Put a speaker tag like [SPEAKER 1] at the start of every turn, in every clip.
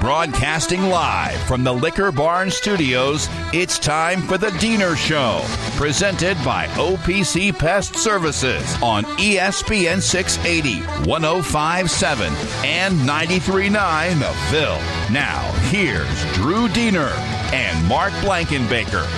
[SPEAKER 1] Broadcasting live from the Liquor Barn Studios, it's time for the Diener Show, presented by OPC Pest Services on E ESPN 680, 1057, and 939 Ville. Now, here's Drew Diener and Mark Blankenbaker.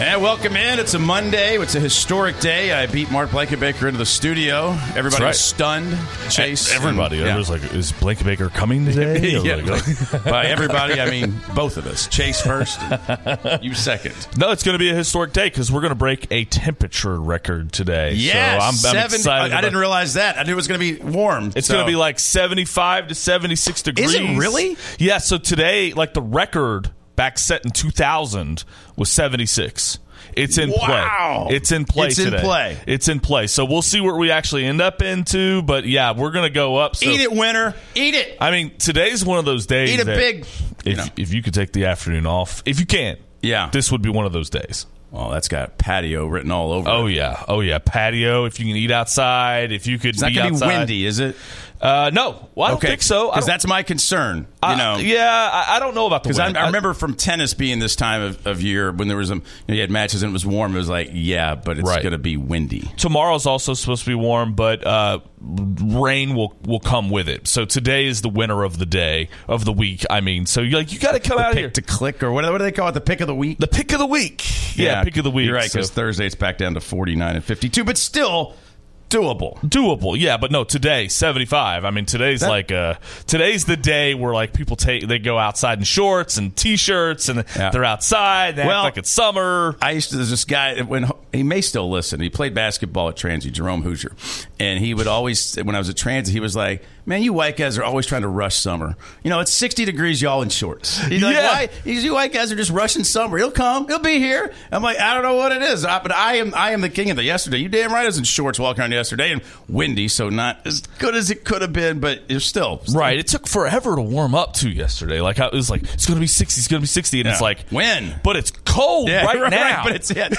[SPEAKER 2] And welcome in. It's a Monday. It's a historic day. I beat Mark Blankenbaker into the studio. Everybody
[SPEAKER 3] right.
[SPEAKER 2] was stunned.
[SPEAKER 1] E-
[SPEAKER 2] Chase.
[SPEAKER 3] Everybody.
[SPEAKER 2] and-
[SPEAKER 3] I
[SPEAKER 2] yeah.
[SPEAKER 3] was like, is Blake Baker coming today? I was
[SPEAKER 2] Yeah,
[SPEAKER 3] like,
[SPEAKER 2] like, by everybody, I mean both of us. Chase first, and you second.
[SPEAKER 3] no, it's going to be a historic day because we're going to break a temperature record today.
[SPEAKER 2] Yes,
[SPEAKER 3] so I'm, I'm
[SPEAKER 2] 70
[SPEAKER 3] excited.
[SPEAKER 2] I, I
[SPEAKER 3] about-
[SPEAKER 2] didn't realize that. I knew it was going to be warm.
[SPEAKER 3] It's
[SPEAKER 2] so-
[SPEAKER 3] going to be like 75 to 76 degrees.
[SPEAKER 2] really?
[SPEAKER 3] Yeah. So today, like the record back set in 2000 was 76. It's in
[SPEAKER 2] Wow.
[SPEAKER 3] play. It's in play.
[SPEAKER 2] It's in
[SPEAKER 3] today.
[SPEAKER 2] play.
[SPEAKER 3] It's in play. So we'll see where we actually end up into. But yeah, we're going to go up. So,
[SPEAKER 2] eat it, winter. Eat it.
[SPEAKER 3] I mean, today's one of those days.
[SPEAKER 2] Eat a
[SPEAKER 3] that
[SPEAKER 2] big-
[SPEAKER 3] If
[SPEAKER 2] you
[SPEAKER 3] you,
[SPEAKER 2] know.
[SPEAKER 3] if you could take the afternoon off, if you can,
[SPEAKER 2] Yeah.
[SPEAKER 3] this would be one of those days.
[SPEAKER 2] Oh, that's got patio written all over.
[SPEAKER 3] Oh
[SPEAKER 2] it.
[SPEAKER 3] yeah, oh yeah, patio. If you can eat outside, if you could
[SPEAKER 2] it's not
[SPEAKER 3] be
[SPEAKER 2] going to be
[SPEAKER 3] outside.
[SPEAKER 2] windy, is it?
[SPEAKER 3] Uh, no, well, I don't think so. I
[SPEAKER 2] Because
[SPEAKER 3] don't-
[SPEAKER 2] that's my concern. You
[SPEAKER 3] I-
[SPEAKER 2] know.
[SPEAKER 3] yeah, I, I don't know about the
[SPEAKER 2] Because
[SPEAKER 3] wind.
[SPEAKER 2] I, I remember from tennis being this time of, of year when there was um, you, know, you had matches and it was warm. It was like, yeah, but it's
[SPEAKER 3] Right.
[SPEAKER 2] going to be windy.
[SPEAKER 3] tomorrow's also supposed to be warm, but uh, rain will will come with it. So today is the winner of the day of the week. I mean, so you're like you got to come out here.
[SPEAKER 2] Pick to click or what, what do they call it? The pick of the week.
[SPEAKER 3] the pick of the week. Yeah, pick of the week.
[SPEAKER 2] You're right because
[SPEAKER 3] So-
[SPEAKER 2] Thursday it's back down to 49 and 52, but still doable.
[SPEAKER 3] doable yeah but no today 75 i mean today's like uh today's the day where like people take they go outside in shorts and t-shirts and
[SPEAKER 2] Yeah.
[SPEAKER 3] they're outside they
[SPEAKER 2] Well-
[SPEAKER 3] act like it's summer
[SPEAKER 2] I used to, there's this guy, when he may still listen. He played basketball at Transy, Jerome Hoosier. And he would always, when I was at Transy, he was like, Man, you white guys are always trying to rush summer. You know, it's 60 degrees, y'all in shorts. He's like,
[SPEAKER 3] Yeah.
[SPEAKER 2] Why? He's, you white guys are just rushing summer. He'll come, he'll be here. I'm like, I don't know what it is. I, but I am I am the king of the yesterday. You damn right I was in shorts walking around yesterday and windy, so not as good as it could have been, but it's still.
[SPEAKER 3] right it took forever to warm up to yesterday like I, it was like it's gonna be 60 it's gonna be 60 and it's
[SPEAKER 2] Yeah.
[SPEAKER 3] like
[SPEAKER 2] When?
[SPEAKER 3] but it's cold
[SPEAKER 2] Yeah,
[SPEAKER 3] right, now
[SPEAKER 2] But it's it.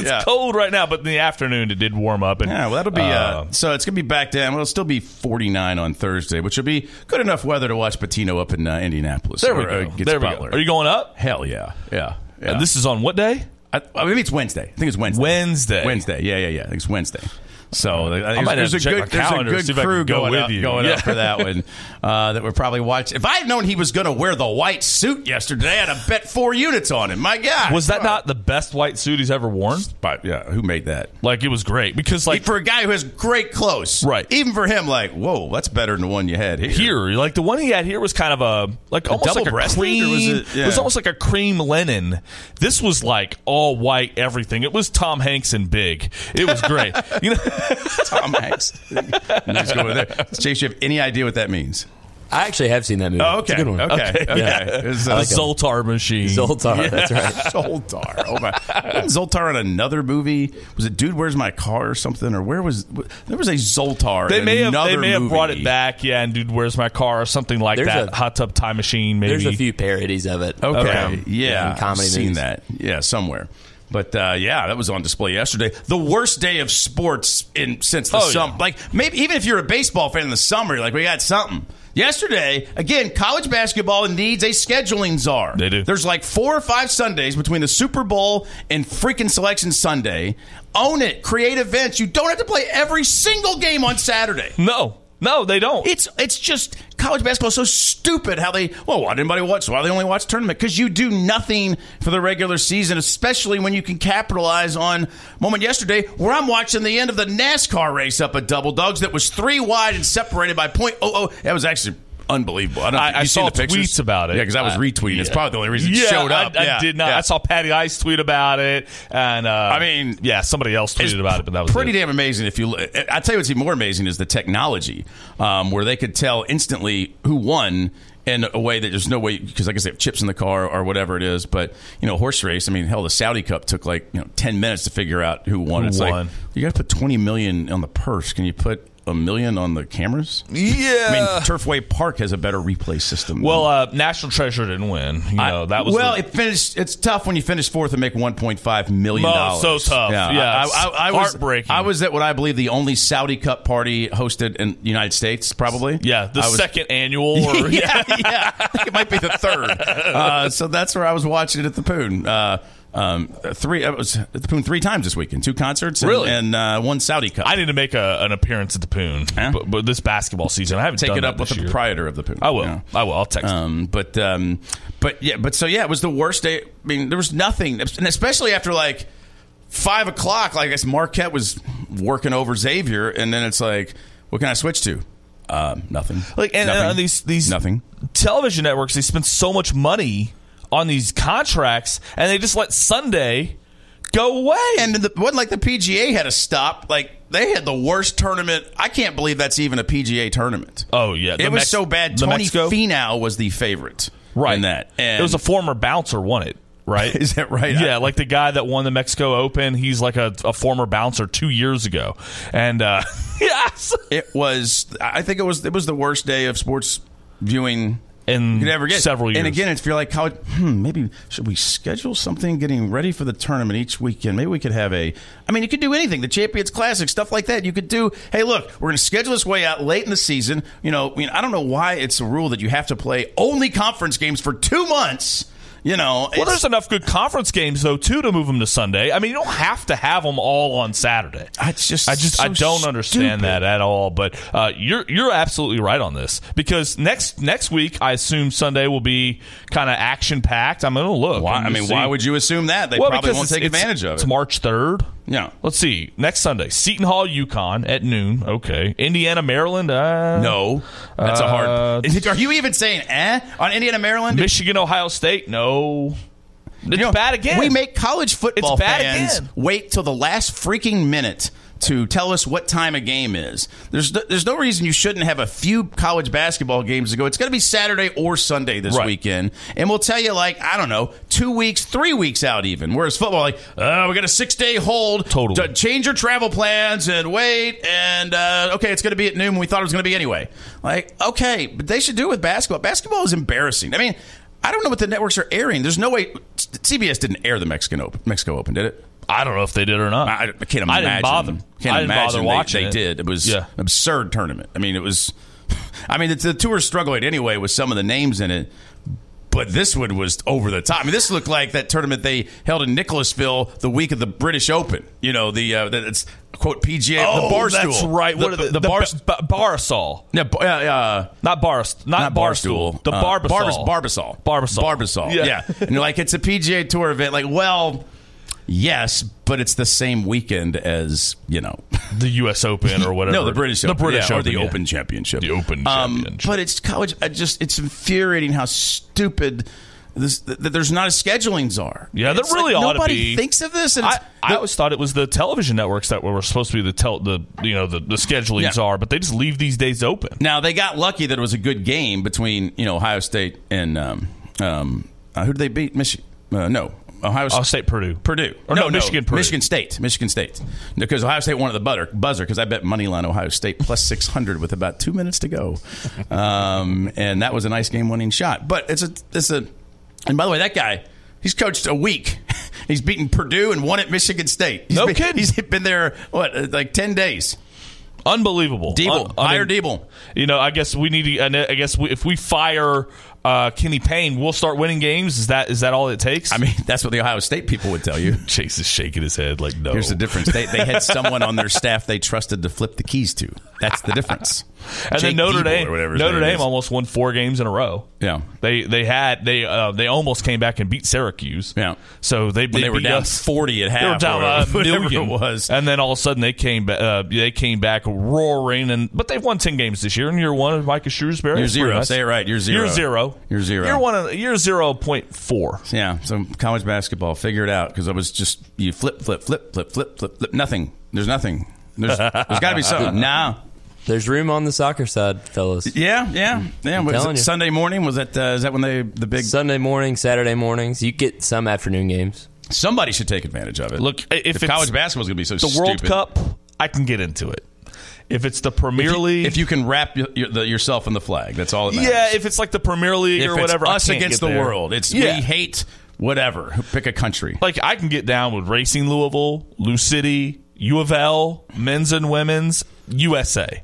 [SPEAKER 3] It's cold right now but in the afternoon it did warm up and
[SPEAKER 2] Yeah, well, that'll be uh,
[SPEAKER 3] Um,
[SPEAKER 2] so. It's gonna be back down. Well, it'll still be 49 on Thursday, which will be good enough weather to watch Patino up in uh, Indianapolis.
[SPEAKER 3] there we
[SPEAKER 2] or,
[SPEAKER 3] go
[SPEAKER 2] uh, gets
[SPEAKER 3] there we go
[SPEAKER 2] Butler.
[SPEAKER 3] are you going up
[SPEAKER 2] Hell yeah, yeah. yeah.
[SPEAKER 3] Uh, this is on what day
[SPEAKER 2] I, I- maybe it's Wednesday. I think it's Wednesday.
[SPEAKER 3] Wednesday.
[SPEAKER 2] Wednesday. Yeah, yeah, yeah. I think it's Wednesday. So I think
[SPEAKER 3] might
[SPEAKER 2] there's, there's
[SPEAKER 3] have
[SPEAKER 2] a
[SPEAKER 3] to check
[SPEAKER 2] good,
[SPEAKER 3] my
[SPEAKER 2] there's a
[SPEAKER 3] calendar to see
[SPEAKER 2] good
[SPEAKER 3] if I can
[SPEAKER 2] crew
[SPEAKER 3] go
[SPEAKER 2] going,
[SPEAKER 3] with
[SPEAKER 2] up,
[SPEAKER 3] you.
[SPEAKER 2] going
[SPEAKER 3] Yeah.
[SPEAKER 2] up for that one uh, that we're probably watching. If I had known he was going to wear the white suit yesterday, I'd have bet four units on him. My God,
[SPEAKER 3] was that
[SPEAKER 2] Come on.
[SPEAKER 3] not the best white suit he's ever worn
[SPEAKER 2] But yeah, who made that?
[SPEAKER 3] like it was great because like
[SPEAKER 2] for a guy who has great clothes,
[SPEAKER 3] Right.
[SPEAKER 2] Even for him, like, whoa, that's better than the one you had here.
[SPEAKER 3] here. Like the one he had here was kind of a like almost like a
[SPEAKER 2] double-breasted, or
[SPEAKER 3] cream.
[SPEAKER 2] was it-
[SPEAKER 3] it,
[SPEAKER 2] yeah.
[SPEAKER 3] was almost like a cream linen. This was like all white everything. It was Tom Hanks and big. It was great. you know,
[SPEAKER 2] Tom Hanks. Let's go over there. Chase, you have any idea what that means?
[SPEAKER 4] I actually have seen that movie.
[SPEAKER 2] Oh,
[SPEAKER 4] It's
[SPEAKER 2] okay,
[SPEAKER 4] a good one.
[SPEAKER 2] okay, okay.
[SPEAKER 4] Yeah.
[SPEAKER 2] It was,
[SPEAKER 3] the
[SPEAKER 2] uh,
[SPEAKER 3] Zoltar machine.
[SPEAKER 4] Zoltar. That's right.
[SPEAKER 2] Zoltar. Oh my! Wasn't Zoltar in another movie? Was it Dude, Where's My Car or something? Or where was there was a Zoltar?
[SPEAKER 3] They
[SPEAKER 2] in
[SPEAKER 3] may have
[SPEAKER 2] another
[SPEAKER 3] they may have
[SPEAKER 2] movie.
[SPEAKER 3] brought it back, yeah. And dude, where's my car or something like
[SPEAKER 4] There's
[SPEAKER 3] that?
[SPEAKER 4] a-
[SPEAKER 3] Hot tub time machine, maybe.
[SPEAKER 4] There's a few parodies of it.
[SPEAKER 2] Okay,
[SPEAKER 4] Um,
[SPEAKER 2] yeah,
[SPEAKER 4] in comedy
[SPEAKER 2] I've seen
[SPEAKER 4] movies.
[SPEAKER 2] that. Yeah, somewhere. But uh, yeah, that was on display yesterday. The worst day of sports in since the
[SPEAKER 3] Oh,
[SPEAKER 2] summer.
[SPEAKER 3] yeah.
[SPEAKER 2] Like maybe even if you're a baseball fan in the summer, you're like we got something. Yesterday, again, college basketball needs a scheduling czar.
[SPEAKER 3] They do.
[SPEAKER 2] There's like four or five Sundays between the Super Bowl and freaking Selection Sunday. Own it. Create events. You don't have to play every single game on Saturday.
[SPEAKER 3] No. No, they don't.
[SPEAKER 2] It's it's just college basketball is so stupid how they well why did anybody watch why they only watch tournament because you do nothing for the regular season especially when you can capitalize on moment yesterday where I'm watching the end of the NASCAR race up at Double Dogs that was three wide and separated by point oh oh that was actually unbelievable I, don't, know if
[SPEAKER 3] I- I
[SPEAKER 2] you seen
[SPEAKER 3] saw
[SPEAKER 2] the pictures?
[SPEAKER 3] tweets about it.
[SPEAKER 2] yeah because I was
[SPEAKER 3] I-
[SPEAKER 2] retweeting it's
[SPEAKER 3] yeah.
[SPEAKER 2] probably the only reason it showed up
[SPEAKER 3] I, I
[SPEAKER 2] Yeah,
[SPEAKER 3] did not.
[SPEAKER 2] yeah.
[SPEAKER 3] I saw Patty Ice tweet about it, and uh, I
[SPEAKER 2] mean,
[SPEAKER 3] yeah, somebody else
[SPEAKER 2] It's
[SPEAKER 3] tweeted about it, but that was
[SPEAKER 2] pretty
[SPEAKER 3] it.
[SPEAKER 2] damn amazing. If you, eh, I tell you, what's even more amazing is the technology, um, where they could tell instantly who won in a way that there's no way because like I guess they have chips in the car or whatever it is. But you know, horse race. I mean, hell, the Saudi Cup took like you know ten minutes to figure out who won.
[SPEAKER 3] Who
[SPEAKER 2] it's
[SPEAKER 3] won.
[SPEAKER 2] like you got to put twenty million on the purse. Can you put a million on the cameras?
[SPEAKER 3] Yeah.
[SPEAKER 2] I mean, Turfway Park has a better replay system.
[SPEAKER 3] well, uh, National Treasure didn't win. You know, that was
[SPEAKER 2] well.
[SPEAKER 3] the-
[SPEAKER 2] it finished. It's tough when you finish fourth and make one point five million
[SPEAKER 3] Oh,
[SPEAKER 2] dollars.
[SPEAKER 3] so tough. Yeah,
[SPEAKER 2] I, I, I was,
[SPEAKER 3] heartbreaking.
[SPEAKER 2] I was at what I believe the only Saudi Cup party hosted in the United States, probably.
[SPEAKER 3] yeah, the
[SPEAKER 2] I was-
[SPEAKER 3] second annual. Or,
[SPEAKER 2] yeah, yeah. I think it might be the third. Uh, so that's where I was watching it at the Poon. Uh, um, three. I was at the Poon three times this weekend. Two concerts. And,
[SPEAKER 3] Really?
[SPEAKER 2] And uh, one Saudi Cup.
[SPEAKER 3] I need to make a, an appearance at the Poon,
[SPEAKER 2] Huh?
[SPEAKER 3] but, but this basketball season, I haven't
[SPEAKER 2] take
[SPEAKER 3] done
[SPEAKER 2] it
[SPEAKER 3] that
[SPEAKER 2] up with
[SPEAKER 3] this
[SPEAKER 2] the
[SPEAKER 3] year.
[SPEAKER 2] proprietor of the Poon.
[SPEAKER 3] I will.
[SPEAKER 2] Yeah.
[SPEAKER 3] I will. I'll text. him.
[SPEAKER 2] Um, but um, but yeah, but so yeah, it was the worst day. I mean, there was nothing, and especially after like five o'clock. Like I guess Marquette was working over Xavier, and then it's like, what can I switch to? Um, nothing.
[SPEAKER 3] like and,
[SPEAKER 2] nothing.
[SPEAKER 3] and these these
[SPEAKER 2] nothing.
[SPEAKER 3] television networks they spend so much money on these contracts and they just let Sunday go away.
[SPEAKER 2] And the, it wasn't like the PGA had a stop. Like they had the worst tournament. I can't believe that's even a PGA tournament.
[SPEAKER 3] oh yeah, The
[SPEAKER 2] it was
[SPEAKER 3] Mex-
[SPEAKER 2] so bad.
[SPEAKER 3] the
[SPEAKER 2] Tony
[SPEAKER 3] Mexico?
[SPEAKER 2] Finau was the favorite.
[SPEAKER 3] right
[SPEAKER 2] In that, and
[SPEAKER 3] it was a former bouncer won it. Right?
[SPEAKER 2] Is that right?
[SPEAKER 3] Yeah, like the guy that won the Mexico Open. He's like a, a former bouncer two years ago, and uh, yes,
[SPEAKER 2] It was. I think it was. It was the worst day of sports viewing
[SPEAKER 3] In
[SPEAKER 2] you could ever get.
[SPEAKER 3] several years.
[SPEAKER 2] And again, if you're like college, hmm, maybe should we schedule something getting ready for the tournament each weekend? Maybe we could have a. I mean, you could do anything. The Champions Classic, stuff like that. You could do. Hey, look, we're going to schedule this way out late in the season. You know, I mean, I don't know why it's a rule that you have to play only conference games for two months. You know,
[SPEAKER 3] Well,
[SPEAKER 2] it's-
[SPEAKER 3] there's enough good conference games though too to move them to Sunday. I mean, you don't have to have them all on Saturday.
[SPEAKER 2] It's just
[SPEAKER 3] I just I
[SPEAKER 2] so
[SPEAKER 3] don't understand
[SPEAKER 2] stupid.
[SPEAKER 3] that at all. But uh, you're you're absolutely right on this because next next week I assume Sunday will be kind of action packed. I'm gonna look.
[SPEAKER 2] why,
[SPEAKER 3] I'm
[SPEAKER 2] I
[SPEAKER 3] gonna
[SPEAKER 2] mean,
[SPEAKER 3] see.
[SPEAKER 2] why would you assume that they
[SPEAKER 3] Well,
[SPEAKER 2] probably
[SPEAKER 3] because
[SPEAKER 2] won't
[SPEAKER 3] it's-
[SPEAKER 2] take
[SPEAKER 3] it's-
[SPEAKER 2] advantage of
[SPEAKER 3] It's
[SPEAKER 2] it?
[SPEAKER 3] March third.
[SPEAKER 2] Yeah.
[SPEAKER 3] Let's see. Next Sunday, Seton Hall, Yukon at noon. Okay. Indiana, Maryland. Uh,
[SPEAKER 2] No, that's a hard.
[SPEAKER 3] Uh,
[SPEAKER 2] Is it- are you even saying eh on Indiana Maryland?
[SPEAKER 3] Michigan, Ohio State. No. It's
[SPEAKER 2] You know,
[SPEAKER 3] bad again.
[SPEAKER 2] We make college football
[SPEAKER 3] It's bad
[SPEAKER 2] fans
[SPEAKER 3] again.
[SPEAKER 2] wait till the last freaking minute to tell us what time a game is. There's no, there's no reason you shouldn't have a few college basketball games to go. It's going to be Saturday or Sunday this
[SPEAKER 3] Right.
[SPEAKER 2] weekend, and we'll tell you like I don't know, two weeks, three weeks out even. Whereas football, like oh, we got a six day hold.
[SPEAKER 3] Totally.
[SPEAKER 2] D- change your travel plans and wait. And uh, okay, it's going to be at noon. when We thought it was going to be anyway. Like okay, but they should do it with basketball. Basketball is embarrassing. I mean, I don't know what the networks are airing. There's no way CBS didn't air the Mexican Open. Mexico Open did it?
[SPEAKER 3] I don't know if they did or not.
[SPEAKER 2] I, I can't imagine.
[SPEAKER 3] I didn't bother.
[SPEAKER 2] Can't
[SPEAKER 3] I didn't
[SPEAKER 2] imagine
[SPEAKER 3] bother
[SPEAKER 2] they,
[SPEAKER 3] watching
[SPEAKER 2] They
[SPEAKER 3] it.
[SPEAKER 2] did. It was
[SPEAKER 3] Yeah.
[SPEAKER 2] absurd tournament. I mean, it was. I mean, the, the tour struggled anyway with some of the names in it. But this one was over the top. I mean, this looked like that tournament they held in Nicholasville the week of the British Open. You know, the uh, that it's quote PGA
[SPEAKER 3] Oh,
[SPEAKER 2] the barstool.
[SPEAKER 3] That's right.
[SPEAKER 2] The,
[SPEAKER 3] what are the,
[SPEAKER 2] the, bar?
[SPEAKER 3] ba- ba- Barisol.
[SPEAKER 2] Yeah, bar- yeah, uh, yeah.
[SPEAKER 3] Not Baris, not,
[SPEAKER 2] Not
[SPEAKER 3] barstool.
[SPEAKER 2] Barstool.
[SPEAKER 3] The
[SPEAKER 2] Uh,
[SPEAKER 3] Barbasol.
[SPEAKER 2] Barbas- Barbasol.
[SPEAKER 3] Barbasol.
[SPEAKER 2] Barbasol. Yeah.
[SPEAKER 3] Yeah.
[SPEAKER 2] and you're like, it's a PGA Tour event. Like, well, yes, but it's the same weekend as, you know,
[SPEAKER 3] The U.S. Open or whatever.
[SPEAKER 2] no, the British
[SPEAKER 3] The
[SPEAKER 2] Open.
[SPEAKER 3] British
[SPEAKER 2] yeah,
[SPEAKER 3] Open.
[SPEAKER 2] Or the
[SPEAKER 3] yeah.
[SPEAKER 2] Open Championship. Um,
[SPEAKER 3] The Open Championship.
[SPEAKER 2] But it's college. I just, it's infuriating how stupid. This, that there's not as schedulings are.
[SPEAKER 3] Yeah, there
[SPEAKER 2] It's
[SPEAKER 3] really
[SPEAKER 2] like
[SPEAKER 3] ought to
[SPEAKER 2] nobody
[SPEAKER 3] be.
[SPEAKER 2] thinks of this. And
[SPEAKER 3] I,
[SPEAKER 2] it's-
[SPEAKER 3] I
[SPEAKER 2] the-
[SPEAKER 3] always thought it was the television networks that were supposed to be the tel- the you know the, the schedulings
[SPEAKER 2] Yeah.
[SPEAKER 3] are, but they just leave these days open.
[SPEAKER 2] Now they got lucky that it was a good game between you know Ohio State and um, um, uh, who did they beat? Michigan? Uh, no, Ohio
[SPEAKER 3] Ohio State, Purdue.
[SPEAKER 2] Purdue.
[SPEAKER 3] Or no, Michigan, Purdue.
[SPEAKER 2] Michigan State. Michigan State. Because Ohio State wanted the butter, buzzer because I bet money line Ohio State plus 600 with about two minutes to go. Um, and that was a nice game winning shot. But it's a, it's a, and by the way, that guy, he's coached a week. He's beaten Purdue and won at Michigan State. He's
[SPEAKER 3] No
[SPEAKER 2] been,
[SPEAKER 3] kidding.
[SPEAKER 2] He's been there, what, uh, like 10 days.
[SPEAKER 3] Unbelievable.
[SPEAKER 2] Deeble.
[SPEAKER 3] Un- I
[SPEAKER 2] hire
[SPEAKER 3] mean,
[SPEAKER 2] Deeble.
[SPEAKER 3] You know, I guess we need. To, and I guess we, if we fire uh, Kenny Payne, we'll start winning games. Is that is that all it takes?
[SPEAKER 2] I mean, that's what the Ohio State people would tell you.
[SPEAKER 3] Chase is shaking his head like no.
[SPEAKER 2] Here's the difference. They, they had someone on their staff they trusted to flip the keys to. That's the difference.
[SPEAKER 3] And
[SPEAKER 2] Jake
[SPEAKER 3] then Notre
[SPEAKER 2] Diebel
[SPEAKER 3] Dame,
[SPEAKER 2] or whatever his
[SPEAKER 3] Notre
[SPEAKER 2] name
[SPEAKER 3] Dame
[SPEAKER 2] is.
[SPEAKER 3] almost won four games in a row.
[SPEAKER 2] Yeah.
[SPEAKER 3] they they had they uh, they almost came back and beat Syracuse.
[SPEAKER 2] Yeah.
[SPEAKER 3] so they
[SPEAKER 2] When they were
[SPEAKER 3] beat
[SPEAKER 2] down
[SPEAKER 3] us.
[SPEAKER 2] forty at half.
[SPEAKER 3] They were down uh,
[SPEAKER 2] or
[SPEAKER 3] a
[SPEAKER 2] whatever
[SPEAKER 3] million.
[SPEAKER 2] it was.
[SPEAKER 3] and then all of a sudden they came back. Uh, they came back roaring, and but they've won ten games this year. And year one of Micah Shrewsbury,
[SPEAKER 2] You're
[SPEAKER 3] That's pretty
[SPEAKER 2] zero.
[SPEAKER 3] nice.
[SPEAKER 2] Say it right. You're zero.
[SPEAKER 3] Year zero.
[SPEAKER 2] You're zero.
[SPEAKER 3] Year one. Year zero point four.
[SPEAKER 2] Yeah, so college basketball, figure it out because I was just you flip, flip, flip, flip, flip, flip, flip. Nothing. There's nothing. There's, there's got to be something. Nah.
[SPEAKER 4] There's room on the soccer side, fellas.
[SPEAKER 2] Yeah, yeah, yeah. Was
[SPEAKER 4] telling
[SPEAKER 2] it
[SPEAKER 4] you.
[SPEAKER 2] Sunday morning was that? Uh, is that when they the big?
[SPEAKER 4] Sunday morning, Saturday mornings, you get some afternoon games.
[SPEAKER 2] Somebody should take advantage of it.
[SPEAKER 3] Look, i- if
[SPEAKER 2] if,
[SPEAKER 3] it's
[SPEAKER 2] college basketball is going to be so
[SPEAKER 3] The World
[SPEAKER 2] stupid.
[SPEAKER 3] Cup, I can get into it. If it's the Premier League,
[SPEAKER 2] if you can wrap your, your, the, yourself in the flag, that's all. It matters.
[SPEAKER 3] yeah, if it's like the Premier League
[SPEAKER 2] if
[SPEAKER 3] or
[SPEAKER 2] it's
[SPEAKER 3] whatever, I
[SPEAKER 2] us
[SPEAKER 3] can't
[SPEAKER 2] against
[SPEAKER 3] get
[SPEAKER 2] the
[SPEAKER 3] there.
[SPEAKER 2] world, it's
[SPEAKER 3] Yeah.
[SPEAKER 2] we hate whatever. Pick a country.
[SPEAKER 3] like I can get down with Racing Louisville, Lou City, U of L, men's and women's, USA.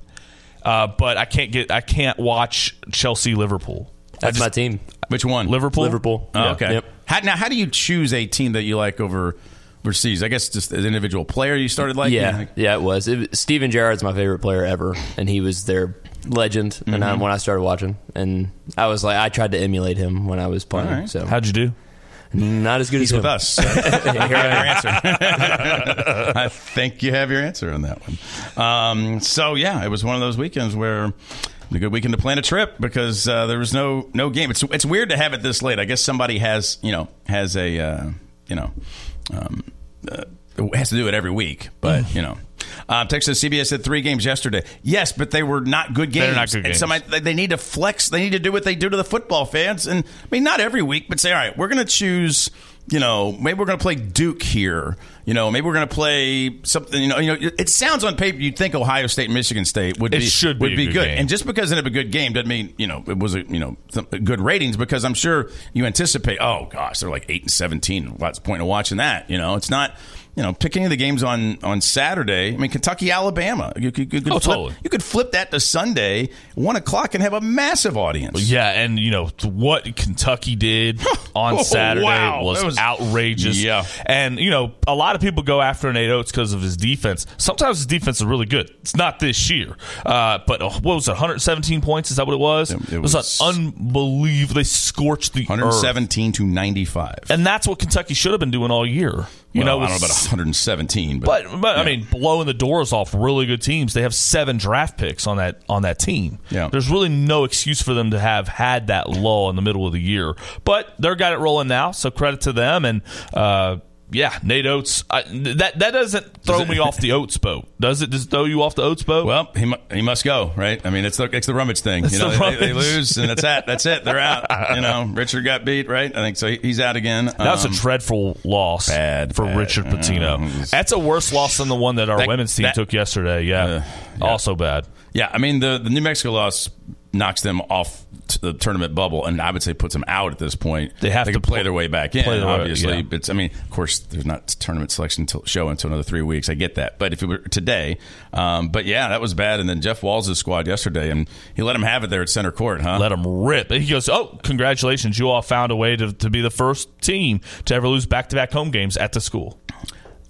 [SPEAKER 3] Uh, but I can't get I can't watch Chelsea Liverpool.
[SPEAKER 4] That's my team.
[SPEAKER 2] Which one?
[SPEAKER 3] Liverpool.
[SPEAKER 4] Liverpool.
[SPEAKER 2] Oh,
[SPEAKER 4] Yeah.
[SPEAKER 2] okay.
[SPEAKER 4] Yep.
[SPEAKER 2] How, now, how do you choose a team that you like over overseas? I guess just an individual player you started liking.
[SPEAKER 4] Yeah,
[SPEAKER 2] Like,
[SPEAKER 4] yeah, it was. It, was- Steven Gerrard's my favorite player ever, and he was their legend. And
[SPEAKER 2] Mm-hmm.
[SPEAKER 4] I, when I started watching, and I was like, I tried to emulate him when I was playing.
[SPEAKER 2] All right.
[SPEAKER 4] So
[SPEAKER 3] How'd you do?
[SPEAKER 4] not as good as
[SPEAKER 2] He's
[SPEAKER 4] him.
[SPEAKER 2] with us. so I think you have your answer on that one. Um, so yeah, it was one of those weekends where a good weekend to plan a trip because uh, there was no no game. It's it's weird to have it this late. I guess somebody has you know has a uh, you know um, uh, has to do it every week, but
[SPEAKER 3] Mm.
[SPEAKER 2] you know. Um, Texas CBS had three games yesterday. Yes, but they were not good games.
[SPEAKER 3] They're not good
[SPEAKER 2] And
[SPEAKER 3] games.
[SPEAKER 2] somebody- they- they need to flex. They need to do what they do to the football fans. And I mean, not every week, but say, all right, we're going to choose. You know, maybe we're going to play Duke here. You know, maybe we're going to play something. You know, you know. It sounds on paper you'd think Ohio State, and Michigan State would
[SPEAKER 3] It
[SPEAKER 2] be
[SPEAKER 3] should be
[SPEAKER 2] would
[SPEAKER 3] a
[SPEAKER 2] be
[SPEAKER 3] good
[SPEAKER 2] good.
[SPEAKER 3] game.
[SPEAKER 2] And just because it had a good game doesn't mean you know it was a you know some good ratings because I'm sure you anticipate. Oh gosh, they're like eight and seventeen. What's the point of watching that? You know, it's not. You know, pick any of the games on on Saturday. I mean, Kentucky, Alabama. You could, you could
[SPEAKER 3] Oh,
[SPEAKER 2] flip-
[SPEAKER 3] totally.
[SPEAKER 2] you could flip that to Sunday, one o'clock, and have a massive audience.
[SPEAKER 3] Yeah, and you know what Kentucky did on
[SPEAKER 2] Oh,
[SPEAKER 3] Saturday
[SPEAKER 2] wow.
[SPEAKER 3] was,
[SPEAKER 2] That was-
[SPEAKER 3] outrageous.
[SPEAKER 2] Yeah.
[SPEAKER 3] and you know a lot of people go after Nate Oates because of his defense. Sometimes his defense is really good. It's not this year, uh, but uh, what was it? 117 points? Is that what it was?
[SPEAKER 2] It- it was-
[SPEAKER 3] an unbelievable. They scorched the earth,
[SPEAKER 2] 117 to 95.
[SPEAKER 3] and that's what Kentucky should have been doing all year. You
[SPEAKER 2] Well,
[SPEAKER 3] know,
[SPEAKER 2] I don't know about
[SPEAKER 3] with
[SPEAKER 2] 117, but,
[SPEAKER 3] But, but I mean, blowing the doors off really good teams. They have seven draft picks on that on that team.
[SPEAKER 2] Yeah.
[SPEAKER 3] There's really no excuse for them to have had that lull in the middle of the year. But they're got it rolling now, so credit to them. And uh, yeah, Nate Oates. I, that that doesn't throw me off the Oates boat, does it? Does it throw you off the Oates boat?
[SPEAKER 2] well, he, mu- he must go, right? I mean, it's the it's the rummage thing. you know,
[SPEAKER 3] the
[SPEAKER 2] they- they, they
[SPEAKER 3] rummage.
[SPEAKER 2] lose, and that's that. That's it. They're out. You know, Richard got beat, right? I think so. He- He's out again.
[SPEAKER 3] That's
[SPEAKER 2] Um,
[SPEAKER 3] a dreadful loss
[SPEAKER 2] Bad,
[SPEAKER 3] for
[SPEAKER 2] bad.
[SPEAKER 3] Richard Patino.
[SPEAKER 2] Mm, it's-
[SPEAKER 3] That's a worse loss than the one that our
[SPEAKER 2] That-
[SPEAKER 3] women's team
[SPEAKER 2] that-
[SPEAKER 3] took yesterday. Yeah. also bad.
[SPEAKER 2] Yeah, I mean the the New Mexico loss knocks them off t- the tournament bubble, and I would say puts them out at this point.
[SPEAKER 3] They have to
[SPEAKER 2] can play
[SPEAKER 3] pl-
[SPEAKER 2] their way back in,
[SPEAKER 3] play their way-
[SPEAKER 2] obviously.
[SPEAKER 3] yeah.
[SPEAKER 2] But I mean, of course, there's not tournament selection till, show until another three weeks. I get that, but if it were today, um, but yeah, that was bad. And then Jeff Walls' squad yesterday, and he let him have it there at center court, huh?
[SPEAKER 3] let him rip. He goes, "Oh, congratulations! You all found a way to, to be the first team to ever lose back-to-back home games at the school.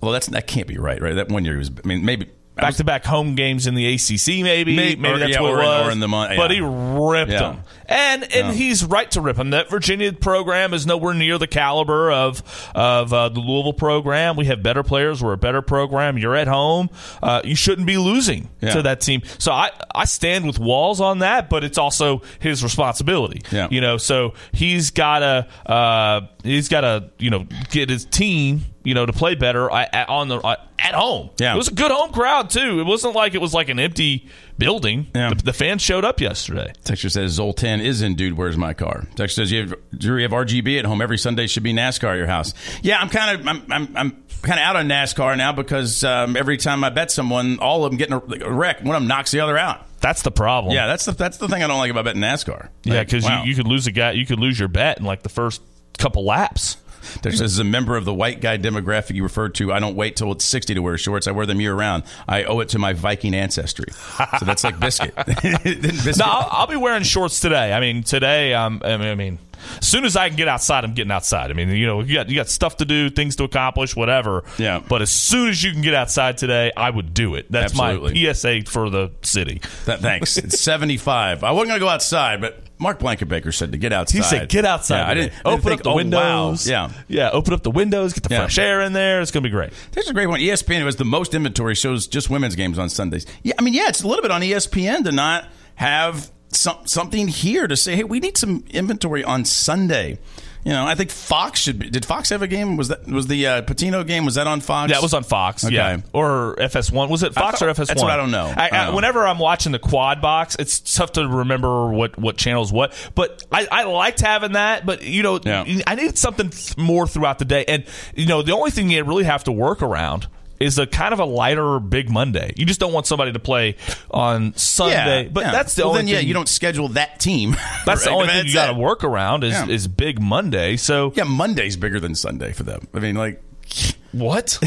[SPEAKER 2] well, that's that can't be right, right? That one year he was. I mean, maybe I was-
[SPEAKER 3] Back-to-back home games in the ACC, maybe,
[SPEAKER 2] May-
[SPEAKER 3] maybe,
[SPEAKER 2] or-
[SPEAKER 3] that's
[SPEAKER 2] yeah,
[SPEAKER 3] what
[SPEAKER 2] or
[SPEAKER 3] it
[SPEAKER 2] in-
[SPEAKER 3] was.
[SPEAKER 2] or in the mon-
[SPEAKER 3] But he
[SPEAKER 2] yeah.
[SPEAKER 3] ripped
[SPEAKER 2] Yeah.
[SPEAKER 3] him, and and he's right to rip him. That Virginia program is nowhere near the caliber of of uh, the Louisville program. We have better players. We're a better program. You're at home. Uh, you shouldn't be losing
[SPEAKER 2] Yeah.
[SPEAKER 3] to that team. So I I stand with Walls on that, but it's also his responsibility.
[SPEAKER 2] Yeah.
[SPEAKER 3] You know. know, so he's gotta uh, he's gotta you know get his team you know to play better at, at- on the at- at home.
[SPEAKER 2] Yeah.
[SPEAKER 3] it was a good home crowd too. It wasn't like it was like an empty building.
[SPEAKER 2] Yeah.
[SPEAKER 3] The, the fans showed up yesterday.
[SPEAKER 2] Texture says Zoltan is in. Dude, where's my car? Texture says you have, Drew, you have RGB at home every Sunday. Should be NASCAR at your house. Yeah, I'm kind of I'm I'm, I'm kind of out on NASCAR now because um, every time I bet someone, all of them get in a, a wreck. One of them knocks the other out.
[SPEAKER 3] That's the problem.
[SPEAKER 2] Yeah, that's the that's the thing I don't like about betting NASCAR.
[SPEAKER 3] yeah,
[SPEAKER 2] Like,
[SPEAKER 3] because
[SPEAKER 2] wow.
[SPEAKER 3] you, you could lose a guy, you could lose your bet in like the first couple laps.
[SPEAKER 2] There says, as a member of the white guy demographic you referred to, I don't wait till it's 60 to wear shorts. I wear them year round. I owe it to my Viking ancestry. So that's like biscuit. Biscuit.
[SPEAKER 3] No, I'll, I'll be wearing shorts today. I mean, today, um, I mean, I mean, as soon as I can get outside, I'm getting outside. I mean, you know, you got you got stuff to do, things to accomplish, whatever.
[SPEAKER 2] Yeah.
[SPEAKER 3] But as soon as you can get outside today, I would do it. That's
[SPEAKER 2] Absolutely.
[SPEAKER 3] my PSA for the city.
[SPEAKER 2] Th- thanks. It's 75. I wasn't going to go outside, but Mark Blankenbaker said to get outside.
[SPEAKER 3] He said, "Get outside.
[SPEAKER 2] Yeah, I didn't,
[SPEAKER 3] today.
[SPEAKER 2] I didn't
[SPEAKER 3] open
[SPEAKER 2] think,
[SPEAKER 3] up the
[SPEAKER 2] "Oh, wow."
[SPEAKER 3] windows.
[SPEAKER 2] Yeah.
[SPEAKER 3] yeah. Open up the windows. Get the
[SPEAKER 2] Yeah.
[SPEAKER 3] fresh air in there. It's gonna be great.
[SPEAKER 2] There's a great one. E ESPN was the most inventory shows just women's games on Sundays. Yeah, I mean, yeah, it's a little bit on E ESPN to not have some, something here to say, hey, we need some inventory on Sunday. You know, I think Fox should be. Did Fox have a game? Was that was the uh, Patino game? Was that on Fox?
[SPEAKER 3] That was on Fox,
[SPEAKER 2] Okay.
[SPEAKER 3] yeah, or FS1. Was it Fox
[SPEAKER 2] thought-
[SPEAKER 3] or FS1?
[SPEAKER 2] that's what I don't know.
[SPEAKER 3] I,
[SPEAKER 2] I don't know.
[SPEAKER 3] Whenever I'm watching the quad box, it's tough to remember what what channels what. But I, I liked having that. But you know,
[SPEAKER 2] Yeah.
[SPEAKER 3] I needed something th- more throughout the day. And you know, the only thing you really have to work around is a kind of a lighter Big Monday. You just don't want somebody to play on Sunday. but
[SPEAKER 2] yeah.
[SPEAKER 3] that's the
[SPEAKER 2] well,
[SPEAKER 3] only
[SPEAKER 2] then, yeah,
[SPEAKER 3] thing
[SPEAKER 2] you don't schedule that team.
[SPEAKER 3] That's the
[SPEAKER 2] Right?
[SPEAKER 3] only thing
[SPEAKER 2] That's
[SPEAKER 3] you got to
[SPEAKER 2] it.
[SPEAKER 3] work around is
[SPEAKER 2] Yeah.
[SPEAKER 3] is Big Monday. So
[SPEAKER 2] Yeah, Monday's bigger than Sunday for them. I mean, like,
[SPEAKER 3] What?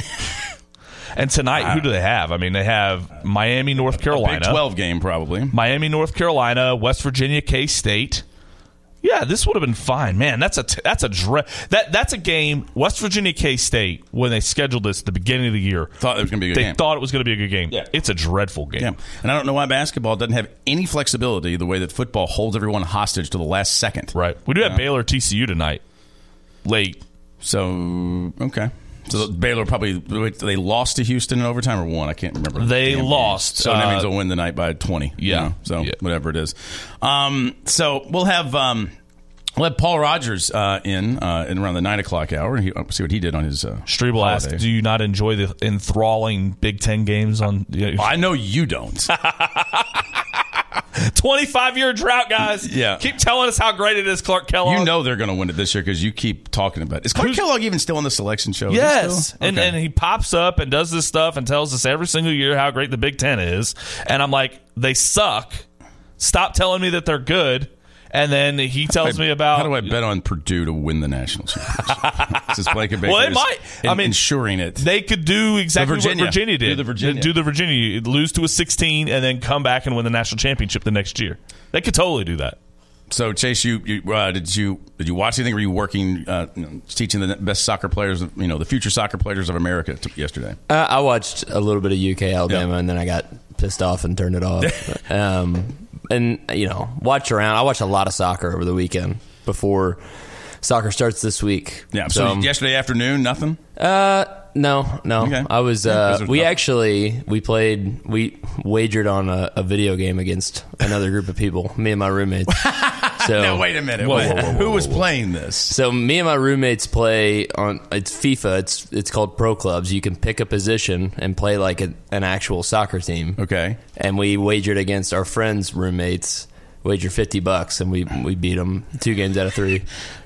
[SPEAKER 3] and tonight, who do they have? I mean, they have Miami, North
[SPEAKER 2] Big
[SPEAKER 3] Carolina,
[SPEAKER 2] 12 game probably.
[SPEAKER 3] Miami, North Carolina, West Virginia, K State. Yeah, this would have been fine, man. That's a t- that's a dre- that that's a game. West Virginia, K State. When they scheduled this at the beginning of the year,
[SPEAKER 2] Thought it was going to be a good
[SPEAKER 3] they
[SPEAKER 2] game.
[SPEAKER 3] thought it was going to be a good game.
[SPEAKER 2] Yeah.
[SPEAKER 3] it's a dreadful game.
[SPEAKER 2] Yeah, and I don't know why basketball doesn't have any flexibility the way that football holds everyone hostage to the last second.
[SPEAKER 3] Right. We do have Baylor, TCU tonight, late.
[SPEAKER 2] So okay, so Baylor probably wait, they lost to Houston in overtime or won. I can't remember. the
[SPEAKER 3] They
[SPEAKER 2] damn game.
[SPEAKER 3] lost,
[SPEAKER 2] so that
[SPEAKER 3] uh,
[SPEAKER 2] means they'll win the night by twenty. you
[SPEAKER 3] Yeah.
[SPEAKER 2] know, so
[SPEAKER 3] Yeah.
[SPEAKER 2] whatever it is. Um, so we'll have. Um, We'll have Paul Rogers uh, in uh, in around the nine o'clock hour. He, uh, see what he did on his. Uh,
[SPEAKER 3] Strebel asked,
[SPEAKER 2] holiday.
[SPEAKER 3] "Do you not enjoy the enthralling Big Ten games on
[SPEAKER 2] I know you don't.
[SPEAKER 3] 25 year drought, guys?
[SPEAKER 2] Yeah.
[SPEAKER 3] keep telling us how great it is, Clark Kellogg.
[SPEAKER 2] You know they're going to win it this year because you keep talking about it. Is Clark
[SPEAKER 3] Who's-
[SPEAKER 2] Kellogg even still on the selection show? Is he
[SPEAKER 3] Yes,
[SPEAKER 2] still?
[SPEAKER 3] and
[SPEAKER 2] Okay.
[SPEAKER 3] and he pops up and does this stuff and tells us every single year how great the Big Ten is, and I'm like, they suck. Stop telling me that they're good, and then he tells
[SPEAKER 2] I-
[SPEAKER 3] me about.
[SPEAKER 2] how do I bet on Purdue to win the national championship? this is Blake Baker.
[SPEAKER 3] Well, it might. I mean,
[SPEAKER 2] ensuring it.
[SPEAKER 3] They could do exactly
[SPEAKER 2] Virginia.
[SPEAKER 3] what Virginia did.
[SPEAKER 2] Do the Virginia.
[SPEAKER 3] Do the Virginia. You Lose to a 16 and then come back and win the national championship the next year. They could totally do that.
[SPEAKER 2] so Chase, you, you uh, did you did you watch anything? Were you working uh, you know, teaching the best soccer players, of, you know, the future soccer players of America t- yesterday?
[SPEAKER 4] Uh, I watched a little bit of UK Alabama,
[SPEAKER 2] Yeah.
[SPEAKER 4] and then I got pissed off and turned it off. um, and you know, watch around. I watched a lot of soccer over the weekend before soccer starts this week.
[SPEAKER 2] Yeah. So,
[SPEAKER 4] um,
[SPEAKER 2] yesterday afternoon, nothing.
[SPEAKER 4] no, no.
[SPEAKER 2] Okay.
[SPEAKER 4] I was.
[SPEAKER 2] Yeah, 'cause
[SPEAKER 4] Uh,
[SPEAKER 2] there's
[SPEAKER 4] we
[SPEAKER 2] nothing.
[SPEAKER 4] actually we played. We wagered on a, a video game against another group of people. Me and my roommates. So
[SPEAKER 2] Now wait a minute.
[SPEAKER 3] Oh. Whoa,
[SPEAKER 2] Wait.
[SPEAKER 3] whoa, whoa, whoa,
[SPEAKER 2] Who was
[SPEAKER 3] whoa, whoa.
[SPEAKER 2] playing this?
[SPEAKER 4] So me and my roommates play on it's FIFA. It's it's called Pro Clubs. You can pick a position and play like a, an actual soccer team.
[SPEAKER 2] Okay.
[SPEAKER 4] and we wagered against our friends' roommates. Wagered fifty bucks, and we we beat them two games out of three.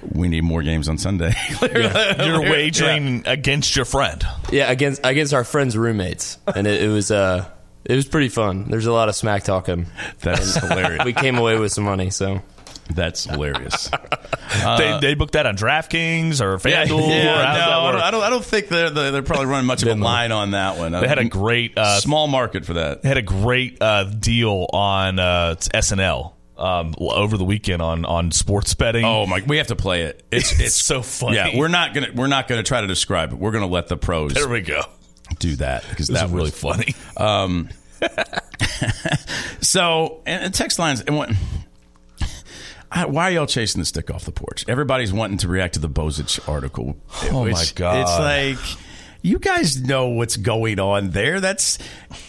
[SPEAKER 2] We need more games on Sunday.
[SPEAKER 3] You're wagering against your friend.
[SPEAKER 4] Yeah, against against our friends' roommates, and it, it was uh it was pretty fun. There's a lot of smack talking.
[SPEAKER 2] That's hilarious.
[SPEAKER 4] We came away with some money, so
[SPEAKER 2] That's hilarious.
[SPEAKER 3] they, they booked that on DraftKings or
[SPEAKER 2] Yeah,
[SPEAKER 3] FanDuel.
[SPEAKER 2] yeah,
[SPEAKER 3] or how does that
[SPEAKER 2] no, I
[SPEAKER 3] work?
[SPEAKER 2] don't, I don't. I don't think they're they're, they're probably running much of a
[SPEAKER 4] Didn't look.
[SPEAKER 2] line on that one. Um,
[SPEAKER 3] They had a great uh,
[SPEAKER 2] small market for that.
[SPEAKER 3] They had a great uh, deal on uh, SNL um, over the weekend on on sports betting.
[SPEAKER 2] Oh my! We have to play it. It's
[SPEAKER 3] it's so funny.
[SPEAKER 2] yeah. We're not gonna we're not gonna try to describe it. We're gonna let the pros
[SPEAKER 3] there we go.
[SPEAKER 2] do that because
[SPEAKER 3] This
[SPEAKER 2] that
[SPEAKER 3] is
[SPEAKER 2] was-
[SPEAKER 3] really funny.
[SPEAKER 2] So and, and text lines and what. I, why are y'all chasing the stick off the porch? Everybody's wanting to react to the Bozich article.
[SPEAKER 3] Oh, my God.
[SPEAKER 2] It's like you guys know what's going on there. That's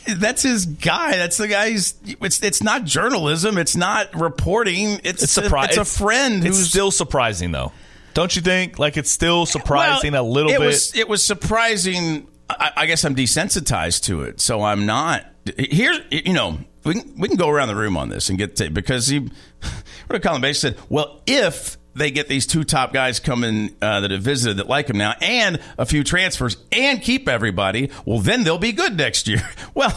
[SPEAKER 2] that's his guy. That's the guy's. It's it's not journalism. It's not reporting. It's
[SPEAKER 3] It's,
[SPEAKER 2] a,
[SPEAKER 3] surpri-
[SPEAKER 2] it's a friend
[SPEAKER 3] It's
[SPEAKER 2] who's
[SPEAKER 3] still surprising though, don't you think? Like it's still surprising
[SPEAKER 2] Well,
[SPEAKER 3] a little
[SPEAKER 2] it
[SPEAKER 3] bit.
[SPEAKER 2] Was, it was surprising. I, I guess I'm desensitized to it, so I'm not. Here's you know we can, we can go around the room on this and get to because he wrote a column base said, well, if they get these two top guys coming uh, that have visited that like him now and a few transfers and keep everybody, well, then they'll be good next year. Well.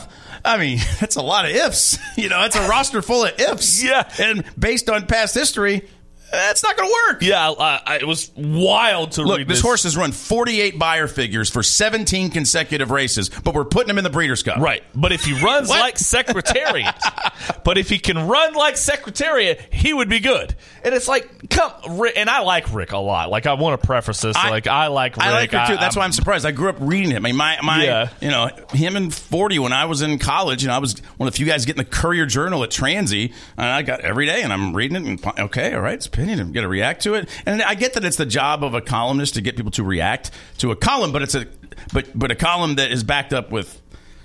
[SPEAKER 2] I mean, that's a lot of ifs. You know, it's a roster full of ifs.
[SPEAKER 3] Yeah.
[SPEAKER 2] And based on past history, that's not going to work.
[SPEAKER 3] Yeah, I, I, it was wild to
[SPEAKER 2] Look,
[SPEAKER 3] read
[SPEAKER 2] this, horse has run 48 buyer figures for 17 consecutive races, but we're putting him in the Breeders' Cup.
[SPEAKER 3] Right, but if he runs
[SPEAKER 2] What?
[SPEAKER 3] like Secretariat, but if he can run like Secretariat, he would be good. And it's like, come, Rick, and I like Rick a lot. Like I want to preface this,
[SPEAKER 2] I-
[SPEAKER 3] like I like Rick.
[SPEAKER 2] I like her too. That's why I'm surprised. I grew up reading him. I mean, my, my
[SPEAKER 3] Yeah.
[SPEAKER 2] you know, him and 40 when I was in college, you know, I was one of the few guys getting the Courier Journal at Transy, and I got every day, and I'm reading it, and fi- okay, all right, it's opinion. I'm going to react to it. And I get that it's the job of a columnist to get people to react to a column, but it's a, but, but a column that is backed up with,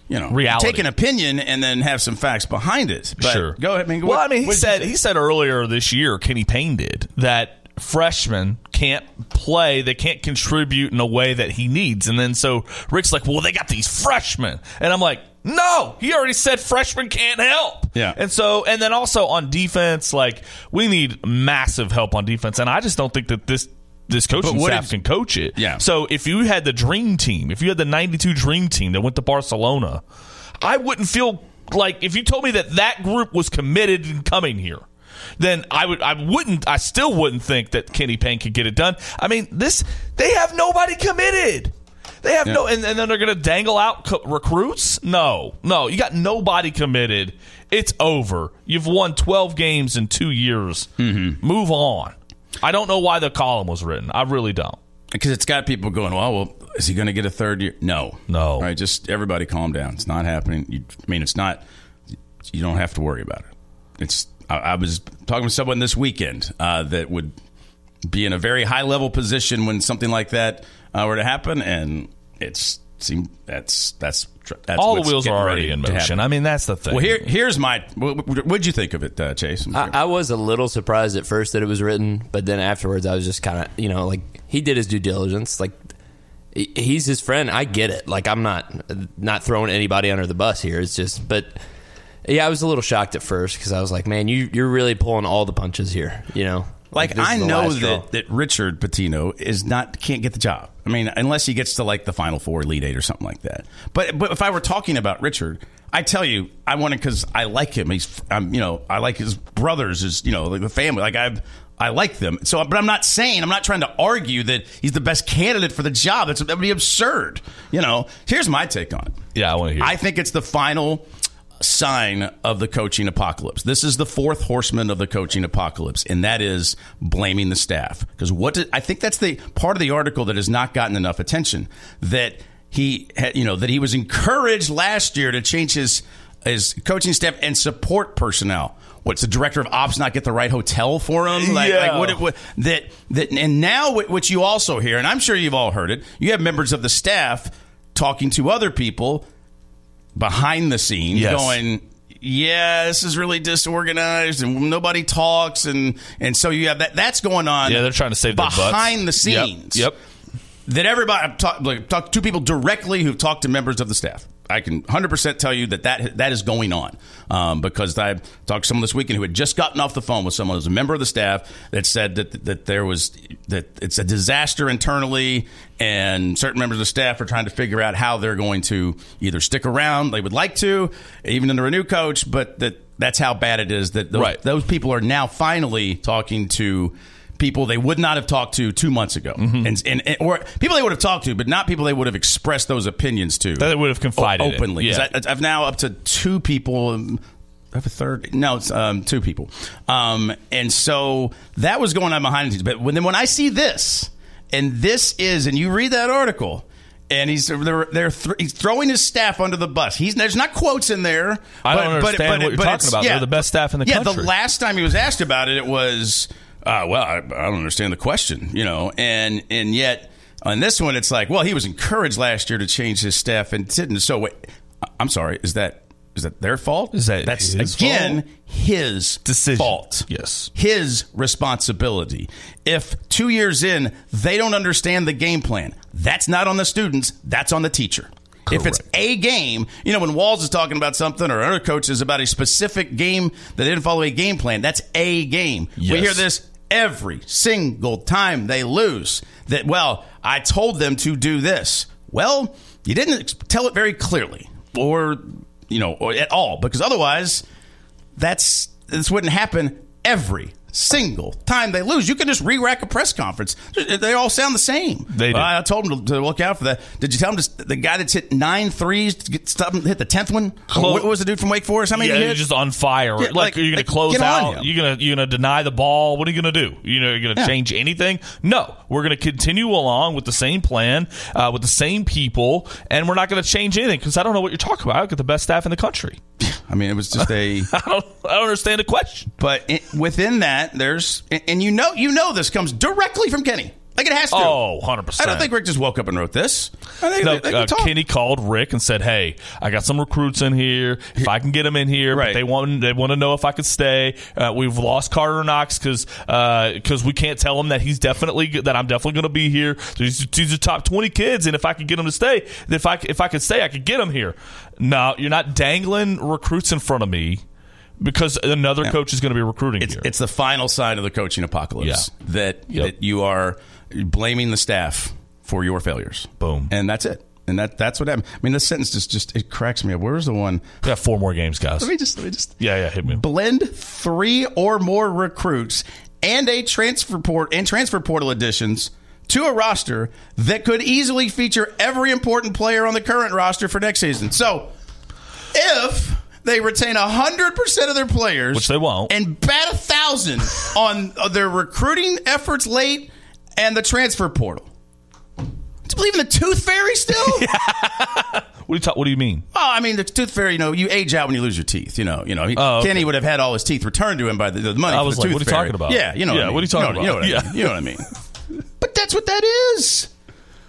[SPEAKER 2] you know,
[SPEAKER 3] Reality.
[SPEAKER 2] take an opinion and then have some facts behind it. But
[SPEAKER 3] sure.
[SPEAKER 2] Go ahead. I mean,
[SPEAKER 3] well,
[SPEAKER 2] what-
[SPEAKER 3] I mean, he
[SPEAKER 2] what did you
[SPEAKER 3] said
[SPEAKER 2] say?
[SPEAKER 3] he said earlier this year, Kenny Payne did that freshmen can't play they can't contribute in a way that he needs and then so rick's like well they got these freshmen and i'm like no he already said freshmen can't help
[SPEAKER 2] Yeah.
[SPEAKER 3] and so and then also on defense like we need massive help on defense and i just don't think that this this coaching
[SPEAKER 2] But what
[SPEAKER 3] staff
[SPEAKER 2] did-
[SPEAKER 3] can coach it
[SPEAKER 2] Yeah.
[SPEAKER 3] so if you had the dream team if you had the 92 dream team that went to barcelona I wouldn't feel like if you told me that that group was committed and coming here, then I would I wouldn't I still wouldn't think that Kenny Payne could get it done. I mean, this they have nobody committed. They have no, and, and then they're going to dangle out co- recruits. No, no, you got nobody committed. It's over. You've won twelve games in two years. Move on. I don't know why the column was written. I really don't.
[SPEAKER 2] because it's got people going, well, well, is he going to get a third year? No,
[SPEAKER 3] No.
[SPEAKER 2] All right, just everybody calm down. It's not happening. You, I mean, it's not. You don't have to worry about it. It's. I, I was talking with someone this weekend uh, that would be in a very high level position when something like that uh, were to happen, and it's seemed that's that's, tr- that's
[SPEAKER 3] All the
[SPEAKER 2] what's
[SPEAKER 3] wheels are
[SPEAKER 2] getting
[SPEAKER 3] already
[SPEAKER 2] ready
[SPEAKER 3] in
[SPEAKER 2] to
[SPEAKER 3] motion.
[SPEAKER 2] happen.
[SPEAKER 3] I mean, that's the thing.
[SPEAKER 2] well, here here's my. What would you think of it, uh, Chase?
[SPEAKER 4] I, I was a little surprised at first that it was written, but then afterwards I was just kind of, you know, like he did his due diligence. Like he- he's his friend. I get it. Like I'm not not throwing anybody under the bus here. It's just, but yeah, I was a little shocked at first because I was like, man, you you're really pulling all the punches here. You know,
[SPEAKER 2] Like
[SPEAKER 4] this
[SPEAKER 2] I
[SPEAKER 4] is the
[SPEAKER 2] know
[SPEAKER 4] last straw.
[SPEAKER 2] that, that Richard Patino is not can't get the job. I mean, unless he gets to like the Final Four, Elite Eight, or something like that. But but if I were talking about Richard, I tell you, I want to because I like him. He's I'm you know I like his brothers, his you know like the family. Like I I like them. So, but I'm not saying I'm not trying to argue that he's the best candidate for the job. That's that would be absurd. You know, here's my take on it.
[SPEAKER 3] yeah, I want to hear.
[SPEAKER 2] I think it's the final sign of the coaching apocalypse. This is the fourth horseman of the coaching apocalypse, and that is blaming the staff. Because what did, I think that's the part of the article that has not gotten enough attention that he had, you know, that he was encouraged last year to change his his coaching staff and support personnel. What's the director of ops not get the right hotel for him? Like, like
[SPEAKER 3] Yeah.
[SPEAKER 2] what, it- what that that and now what, what you also hear, and I'm sure you've all heard it. You have members of the staff talking to other people behind the scenes
[SPEAKER 3] Yes.
[SPEAKER 2] going yeah this is really disorganized and nobody talks and and so you have that that's going on
[SPEAKER 3] yeah, they're trying to save their butts.
[SPEAKER 2] behind the
[SPEAKER 3] Yep,
[SPEAKER 2] scenes
[SPEAKER 3] Yep.
[SPEAKER 2] that everybody I've talked like, talked to people directly who've talked to members of the staff I can 100% tell you that that, that is going on um, because I talked to someone this weekend who had just gotten off the phone with someone who's a member of the staff that said that, that there was that it's a disaster internally and certain members of the staff are trying to figure out how they're going to either stick around they would like to even under a new coach but that that's how bad it is that those,
[SPEAKER 3] Right.
[SPEAKER 2] those people are now finally talking to people they would not have talked to two months ago,
[SPEAKER 3] Mm-hmm.
[SPEAKER 2] and, and, and- or people they would have talked to, but not people they would have expressed those opinions to.
[SPEAKER 3] That they would have confided in.
[SPEAKER 2] openly. 'Cause
[SPEAKER 3] Yeah.
[SPEAKER 2] I, have now up to two people. um, I have a third. No, it's um, two people. Um, and so that was going on behind the scenes. But when then when I see this, and this is, and you read that article. And he's they're, they're thr he's throwing his staff under the bus. He's there's not quotes in there.
[SPEAKER 3] I don't understand what you're talking
[SPEAKER 2] it's-
[SPEAKER 3] about. They're the best staff in the
[SPEAKER 2] yeah,
[SPEAKER 3] country.
[SPEAKER 2] the last time he was asked about it, it was, uh, well, I, I don't understand the question, you know, and and yet on this one, it's like, well, he was encouraged last year to change his staff and didn't. So wait, I- I'm sorry, is that is that their fault?
[SPEAKER 3] Is that
[SPEAKER 2] that's
[SPEAKER 3] his
[SPEAKER 2] again
[SPEAKER 3] fault?
[SPEAKER 2] his
[SPEAKER 3] Decision.
[SPEAKER 2] fault?
[SPEAKER 3] Yes.
[SPEAKER 2] his responsibility. If two years in they don't understand the game plan, that's not on the students. That's on the teacher. If it's a game, you know, when Walls is talking about something or other coaches about a specific game that didn't follow a game plan, that's a game. We
[SPEAKER 3] Yes.
[SPEAKER 2] hear this every single time they lose that, well, I told them to do this. Well, you didn't ex- tell it very clearly or, you know, or at all because otherwise that's this wouldn't happen every single time they lose. You can just re-rack a press conference. They all sound the same.
[SPEAKER 3] They do.
[SPEAKER 2] I I told him to, to look out for that. Did you tell him to, the guy that's hit nine threes to get, stop him, hit the tenth one?
[SPEAKER 3] Close.
[SPEAKER 2] What was the dude from Wake Forest? How many
[SPEAKER 3] yeah,
[SPEAKER 2] he
[SPEAKER 3] you're
[SPEAKER 2] hit?
[SPEAKER 3] just on fire.
[SPEAKER 2] Yeah,
[SPEAKER 3] like,
[SPEAKER 2] like-
[SPEAKER 3] are you going
[SPEAKER 2] like,
[SPEAKER 3] to close
[SPEAKER 2] get on
[SPEAKER 3] out?
[SPEAKER 2] him.
[SPEAKER 3] You're going to you're going to deny the ball? What are you going to do? You know, you're going to
[SPEAKER 2] Yeah.
[SPEAKER 3] change anything? No, we're going to continue along with the same plan, uh, with the same people, and we're not going to change anything because I don't know what you're talking about. I got the best staff in the country.
[SPEAKER 2] I mean, it was just a.
[SPEAKER 3] I don't I don't understand the question.
[SPEAKER 2] But i within that, there's and- and you know you know this comes directly from Kenny. Like it has to.
[SPEAKER 3] Oh, 100%.
[SPEAKER 2] I don't think Rick just woke up and wrote this. I think
[SPEAKER 3] No,
[SPEAKER 2] they- they
[SPEAKER 3] uh,
[SPEAKER 2] talked.
[SPEAKER 3] Kenny called Rick and said, "Hey, I got some recruits in here. If I can get them in here, but
[SPEAKER 2] Right.
[SPEAKER 3] they want they want to know if I could stay. Uh, we've lost Carter Knox because we can't tell him that he's definitely that I'm definitely going to be here. These, these are top twenty kids, and if I could get them to stay, if I if I could stay, I could get them here. No, you're not dangling recruits in front of me because another coach is going to be recruiting
[SPEAKER 2] It's,
[SPEAKER 3] here.
[SPEAKER 2] it's the final side of the coaching apocalypse
[SPEAKER 3] Yeah.
[SPEAKER 2] that
[SPEAKER 3] Yep.
[SPEAKER 2] that you are blaming the staff for your failures.
[SPEAKER 3] Boom.
[SPEAKER 2] and that's it. And that that's what happened. I mean, this sentence just just it cracks me up. Where's the one?
[SPEAKER 3] we got four more games, guys.
[SPEAKER 2] Let me just let me just
[SPEAKER 3] Yeah, yeah, hit me.
[SPEAKER 2] blend three or more recruits and a transfer port and transfer portal additions to a roster that could easily feature every important player on the current roster for next season. So if they retain 100% of their players,
[SPEAKER 3] Which they won't.
[SPEAKER 2] and bat a thousand on their recruiting efforts late and the transfer portal. Do you believe in the tooth fairy still?
[SPEAKER 3] What do you talk, What do you mean?
[SPEAKER 2] Oh, I mean, the tooth fairy. You know, you age out when you lose your teeth. You know, you know. He,
[SPEAKER 3] Oh, okay.
[SPEAKER 2] Kenny would have had all his teeth returned to him by the, the money.
[SPEAKER 3] I
[SPEAKER 2] from
[SPEAKER 3] was
[SPEAKER 2] the
[SPEAKER 3] like,
[SPEAKER 2] tooth
[SPEAKER 3] what are you
[SPEAKER 2] fairy.
[SPEAKER 3] talking about?
[SPEAKER 2] Yeah, you know.
[SPEAKER 3] Yeah,
[SPEAKER 2] I mean.
[SPEAKER 3] what are you talking
[SPEAKER 2] know- You know, what
[SPEAKER 3] about?
[SPEAKER 2] I
[SPEAKER 3] Yeah.
[SPEAKER 2] mean. you know what I mean. But that's what that is.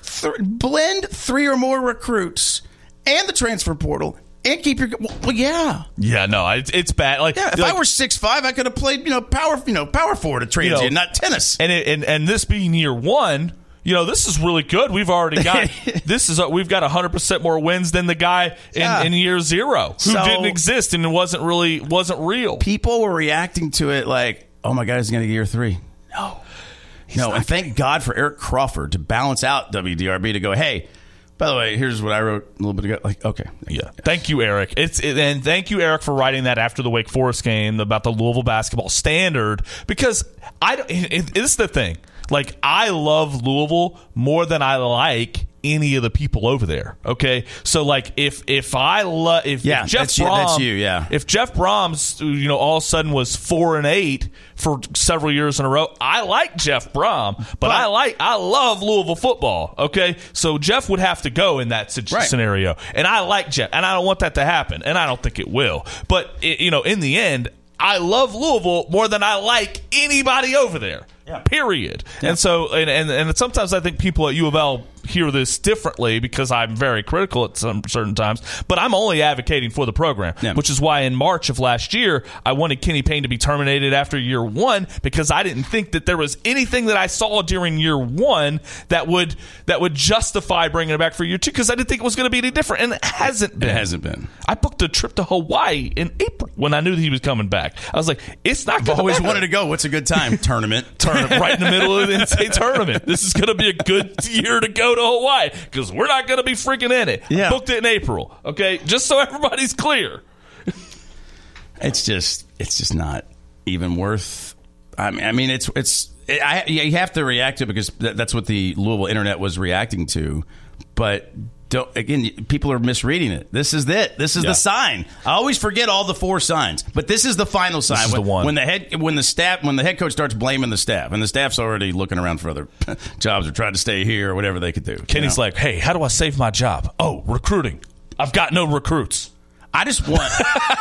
[SPEAKER 2] Th- blend three or more recruits and the transfer portal. And keep your well, well, yeah,
[SPEAKER 3] Yeah, no, it's, it's bad. Like,
[SPEAKER 2] yeah. If
[SPEAKER 3] like-
[SPEAKER 2] I were six five, I could have played you know power you know power forward at transient,
[SPEAKER 3] know,
[SPEAKER 2] not tennis.
[SPEAKER 3] and it, and and this being year one, you know, this is really good. We've already got this is we've got hundred percent more wins than the guy in,
[SPEAKER 2] Yeah.
[SPEAKER 3] in year zero who
[SPEAKER 2] So-
[SPEAKER 3] didn't exist and wasn't really wasn't real.
[SPEAKER 2] people were reacting to it like, "Oh my God, he's going to get year three. No, no. And thank God for Eric Crawford to balance out WDRB to go, "Hey, by the way, here's what I wrote a little bit ago." Like, okay,
[SPEAKER 3] Yeah. Thank you, Eric. It's it, and thank you, Eric, for writing that after the Wake Forest game about the Louisville basketball standard because I don't. It, it- it's the thing. Like I love Louisville more than I like any of the people over there. Okay, so like if if I love if,
[SPEAKER 2] Yeah,
[SPEAKER 3] if Jeff
[SPEAKER 2] that's you-
[SPEAKER 3] Brom,
[SPEAKER 2] that's you, yeah.
[SPEAKER 3] if Jeff Brom's you know all of a sudden was four and eight for several years in a row, I like Jeff Brom, but, I like I love Louisville football. Okay, so Jeff would have to go in that situation
[SPEAKER 2] Right.
[SPEAKER 3] scenario. And I like Jeff, and I don't want that to happen, and I don't think it will. But it, you know, in the end, I love Louisville more than I like anybody over there. Period. And so, and, and and sometimes I think people at U of L hear this differently because I'm very critical at some certain times. But I'm only advocating for the program,
[SPEAKER 2] Yeah.
[SPEAKER 3] which is why in March of last year I wanted Kenny Payne to be terminated after year one because I didn't think that there was anything that I saw during year one that would that would justify bringing it back for year two because I didn't think it was going to be any different, and it hasn't been.
[SPEAKER 2] been.
[SPEAKER 3] I booked a trip to Hawaii in April when I knew that he was coming back. I was like, "It's not."
[SPEAKER 2] I've
[SPEAKER 3] gonna
[SPEAKER 2] always
[SPEAKER 3] matter.
[SPEAKER 2] wanted to go. What's a good time tournament?
[SPEAKER 3] Turn it right in the middle of the NCAA tournament. This is going to be a good year to go to Hawaii because we're not going to be freaking in it. I
[SPEAKER 2] Yeah.
[SPEAKER 3] booked it in April. Okay, just so everybody's clear.
[SPEAKER 2] It's just, it's just not even worth. I mean, I mean, it's, it's. I, you have to react to it because that- that's what the Louisville internet was reacting to. But don't again, people are misreading it. This is it. This is
[SPEAKER 3] Yeah.
[SPEAKER 2] the sign. I always forget all the four signs, but this is the final sign.
[SPEAKER 3] is
[SPEAKER 2] when,
[SPEAKER 3] the one.
[SPEAKER 2] when the head, when the staff, when the head coach starts blaming the staff, and the staff's already looking around for other jobs or trying to stay here or whatever they could do.
[SPEAKER 3] Kenny's like, "Hey, how do I save my job? Oh, recruiting. I've got no recruits."
[SPEAKER 2] I just want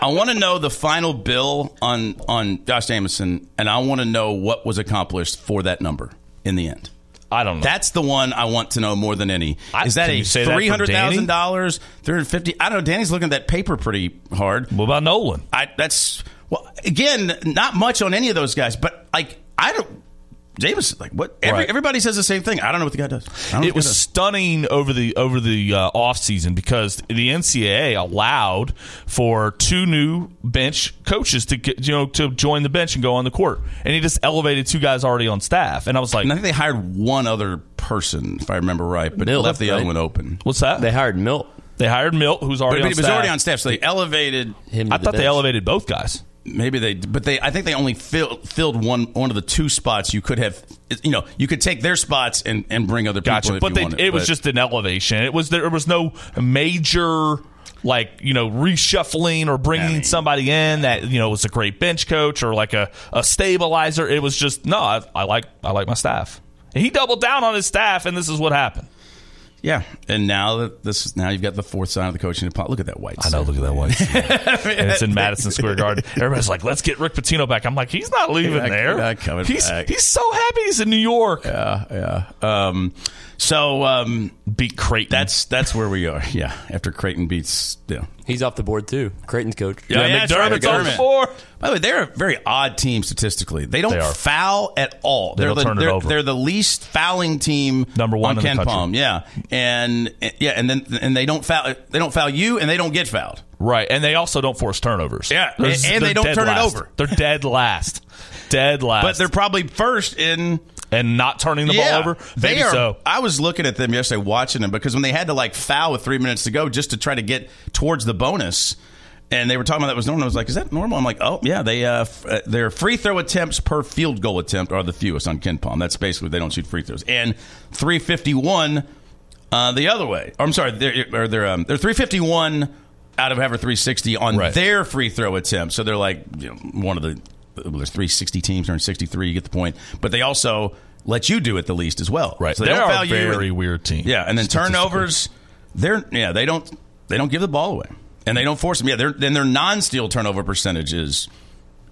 [SPEAKER 2] I want to know the final bill on on Josh Jameson, and I want to know what was accomplished for that number in the end.
[SPEAKER 3] I don't know.
[SPEAKER 2] That's the one I want to know more than any.
[SPEAKER 3] I-
[SPEAKER 2] Is that
[SPEAKER 3] can
[SPEAKER 2] a
[SPEAKER 3] you say that for
[SPEAKER 2] three hundred thousand dollars, three hundred fifty? I don't know. Danny's looking at that paper pretty hard.
[SPEAKER 3] what about Nolan?
[SPEAKER 2] I that's well again, not much on any of those guys, but like I don't. Jameson, like what? Every,
[SPEAKER 3] Right.
[SPEAKER 2] Everybody says the same thing. I don't know what the guy does. I don't know what the
[SPEAKER 3] it
[SPEAKER 2] guy
[SPEAKER 3] was
[SPEAKER 2] does.
[SPEAKER 3] stunning over the over the uh, off season because the NCAA allowed for two new bench coaches to get, you know to join the bench and go on the court, and he just elevated two guys already on staff, and I was like,
[SPEAKER 2] And I think they hired one other person, if I remember right, but
[SPEAKER 4] Bill,
[SPEAKER 2] left the other
[SPEAKER 4] right?
[SPEAKER 2] one open.
[SPEAKER 3] "What's that?"
[SPEAKER 4] They hired Milt.
[SPEAKER 3] They hired Milt, who's already
[SPEAKER 2] But
[SPEAKER 3] on
[SPEAKER 2] it was
[SPEAKER 3] staff.
[SPEAKER 2] already on staff, so they elevated.
[SPEAKER 4] Him. To
[SPEAKER 3] I
[SPEAKER 4] the
[SPEAKER 3] thought they
[SPEAKER 4] bench.
[SPEAKER 3] elevated both guys.
[SPEAKER 2] Maybe they, but they. I think they only fill, filled one one of the two spots. You could have, you know, you could take their spots and, and bring other people.
[SPEAKER 3] Gotcha.
[SPEAKER 2] if
[SPEAKER 3] But
[SPEAKER 2] you
[SPEAKER 3] they,
[SPEAKER 2] wanted,
[SPEAKER 3] it was
[SPEAKER 2] but-
[SPEAKER 3] just an elevation. It was there was no major like you know reshuffling or bringing somebody in that you know was a great bench coach or like a, a stabilizer. It was just no. I, I like I like my staff. And he doubled down on his staff, and this is what happened.
[SPEAKER 2] yeah. And now that this is now you've got the fourth sign of the coaching department. Look at that white.
[SPEAKER 3] look at that one. and it's in Madison Square Garden. Everybody's like, "Let's get Rick Pitino back." I'm like, "He's not leaving
[SPEAKER 2] not-
[SPEAKER 3] there.
[SPEAKER 2] not coming
[SPEAKER 3] he's
[SPEAKER 2] back.
[SPEAKER 3] he's so happy he's in New York.
[SPEAKER 2] Yeah. Um. So um,
[SPEAKER 3] Beat Creighton.
[SPEAKER 2] that's that's where we are. Yeah. After Creighton beats, yeah.
[SPEAKER 4] He's off the board too. Creighton's coach.
[SPEAKER 2] Yeah, yeah, that's right,
[SPEAKER 3] McDermott's on the
[SPEAKER 2] McDermott.
[SPEAKER 3] floor.
[SPEAKER 2] By the way, they're a very odd team statistically. They don't
[SPEAKER 3] They are.
[SPEAKER 2] foul at all.
[SPEAKER 3] They
[SPEAKER 2] are
[SPEAKER 3] don't
[SPEAKER 2] the,
[SPEAKER 3] turn it
[SPEAKER 2] they're,
[SPEAKER 3] over.
[SPEAKER 2] they're the least fouling team
[SPEAKER 3] Number one in
[SPEAKER 2] on
[SPEAKER 3] the
[SPEAKER 2] Ken
[SPEAKER 3] country.
[SPEAKER 2] Palm. Yeah, and yeah, and then and they don't foul. They don't foul you, and they don't get fouled.
[SPEAKER 3] Right, and they also don't force turnovers.
[SPEAKER 2] Yeah,
[SPEAKER 3] They're-
[SPEAKER 2] and- and they
[SPEAKER 3] they're
[SPEAKER 2] don't
[SPEAKER 3] dead
[SPEAKER 2] turn it
[SPEAKER 3] last.
[SPEAKER 2] over.
[SPEAKER 3] They're dead last, dead last.
[SPEAKER 2] But they're probably first in
[SPEAKER 3] and not turning the
[SPEAKER 2] yeah,
[SPEAKER 3] ball over.
[SPEAKER 2] They
[SPEAKER 3] Maybe
[SPEAKER 2] are.
[SPEAKER 3] so.
[SPEAKER 2] I was looking at them yesterday, watching them because when they had to like foul with three minutes to go just to try to get towards the bonus. And they were talking about that was normal. I was like, "Is that normal?" I'm like, "Oh yeah, they uh, f- uh, their free throw attempts per field goal attempt are the fewest on Ken Palm. That's basically they don't shoot free throws. And 351 uh, the other way. Or, I'm sorry, they're or they're um, they're 351 out of however 360 on
[SPEAKER 3] Right.
[SPEAKER 2] their free throw attempt. So they're like you know, one of the well, there's 360 teams are in 63. You get the point, but they also let you do it the least as well.
[SPEAKER 3] Right.
[SPEAKER 2] So they,
[SPEAKER 3] They
[SPEAKER 2] don't
[SPEAKER 3] are a
[SPEAKER 2] foul you.
[SPEAKER 3] very
[SPEAKER 2] and-
[SPEAKER 3] weird team,
[SPEAKER 2] Yeah, and then
[SPEAKER 3] statistically.
[SPEAKER 2] turnovers. They're yeah they don't they don't give the ball away and they don't force them. Yeah, they're then their non-steal turnover percentage is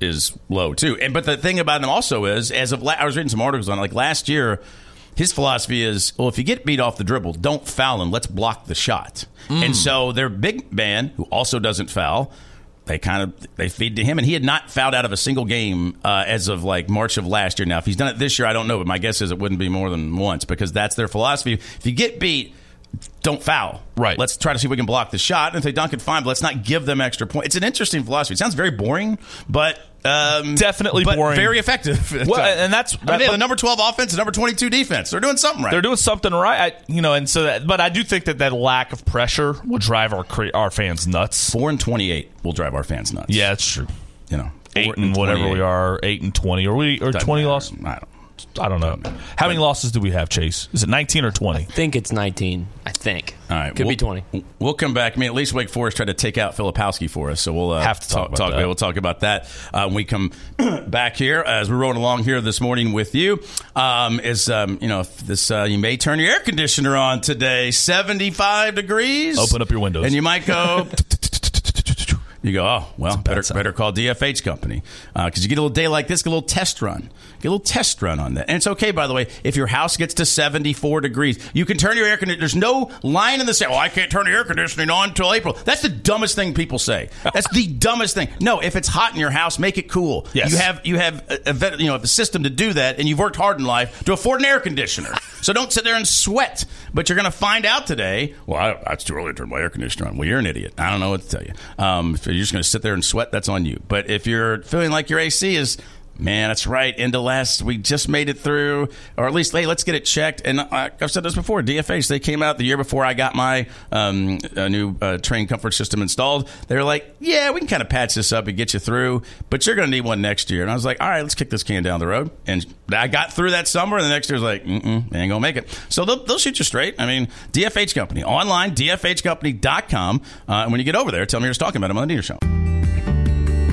[SPEAKER 2] is low too. And but the thing about him also is, as of la- I was reading some articles on it, like last year, his philosophy is, well, if you get beat off the dribble, don't foul him. Let's block the shot. And so their big man, who also doesn't foul, they kind of they feed to him, and he had not fouled out of a single game uh, as of like March of last year. Now, if he's done it this year, I don't know, but my guess is it wouldn't be more than once because that's their philosophy. If you get beat. Don't foul.
[SPEAKER 3] Right.
[SPEAKER 2] Let's try to see if we can block the shot. And if they dunk it, fine, but let's not give them extra points. It's an interesting philosophy. It sounds very boring, but um,
[SPEAKER 3] Definitely
[SPEAKER 2] but
[SPEAKER 3] boring.
[SPEAKER 2] Very effective. at
[SPEAKER 3] Well,
[SPEAKER 2] times.
[SPEAKER 3] and that's-
[SPEAKER 2] I mean, they have
[SPEAKER 3] but-
[SPEAKER 2] the number twelve offense, the number twenty-two defense. They're doing something right.
[SPEAKER 3] They're doing something right, I, you know. And so, that, but I do think that that lack of pressure will drive our cre- our fans nuts.
[SPEAKER 2] four and twenty-eight will drive our fans nuts.
[SPEAKER 3] Yeah, that's true.
[SPEAKER 2] you know,
[SPEAKER 3] Eight
[SPEAKER 2] four
[SPEAKER 3] and whatever
[SPEAKER 2] 28.
[SPEAKER 3] we are, eight and twenty, or we or
[SPEAKER 2] Doesn't
[SPEAKER 3] twenty
[SPEAKER 2] matter.
[SPEAKER 3] losses.
[SPEAKER 2] I don't.
[SPEAKER 3] I don't know. How many losses do we have, Chase? Is it nineteen or twenty?
[SPEAKER 4] I think it's 19. I think.
[SPEAKER 2] All right,
[SPEAKER 4] Could
[SPEAKER 2] we'll-
[SPEAKER 4] be 20.
[SPEAKER 2] We'll come back. I mean, at least Wake Forest tried to take out Filipowski for us, so we'll uh,
[SPEAKER 3] Have to talk about that.
[SPEAKER 2] We'll talk about that uh, when we come back here as we're rolling along here this morning with you. Um, is um, you know if this uh, you may turn your air conditioner on today, seventy five degrees.
[SPEAKER 3] Open up your windows.
[SPEAKER 2] and you might go. You go, oh, well, better, better call DFH Company. Because you get a little day like this, get a little test run. Get a little test run on that. And it's okay, by the way, if your house gets to 74 degrees, you can turn your air conditioner. There's no line in the sand. Oh, I can't turn the air conditioning on until April. That's the dumbest thing people say. That's the dumbest thing. No, if it's hot in your house, make it cool.
[SPEAKER 3] Yes.
[SPEAKER 2] You have you have a, a vet- you know a system to do that, and you've worked hard in life to afford an air conditioner. so don't sit there and sweat. But you're going to find out today. Well, I, it's too early to turn my air conditioner on. Well, you're an idiot. I don't know what to tell you. Um, if you're just going to sit there and sweat, that's on you. But if you're feeling like your AC is Man, that's right. End of last, we just made it through, or at least, hey, let's get it checked. And I, I've said this before, DFH, they came out the year before I got my um, uh, new uh, train comfort system installed. They were like, yeah, we can kind of patch this up and get you through, but you're going to need one next year. And I was like, all right, let's kick this can down the road. And I got through that summer, and the next year was like, mm-mm, they ain't going to make it. So they'll, they'll shoot you straight. I mean, DFH Company, online, dfhcompany.com. Uh, and when you get over there, tell me you're just talking about them on the Nina Show.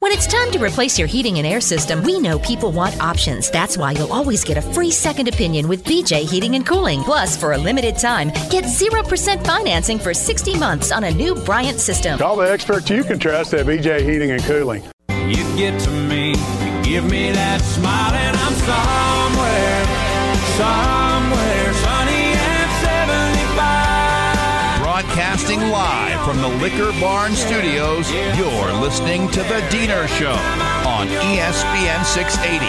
[SPEAKER 5] When it's time to replace your heating and air system, we know people want options. That's why you'll always get a free second opinion with BJ Heating and Cooling. Plus, for a limited time, get 0% financing for 60 months on a new Bryant system.
[SPEAKER 6] Call the experts you can trust at BJ Heating and Cooling.
[SPEAKER 7] You get to me, you give me that smile, and I'm somewhere, somewhere sunny at 75.
[SPEAKER 1] Broadcasting live from the Liquor Barn Studios, you're listening to The Diener Show. on E ESPN 680,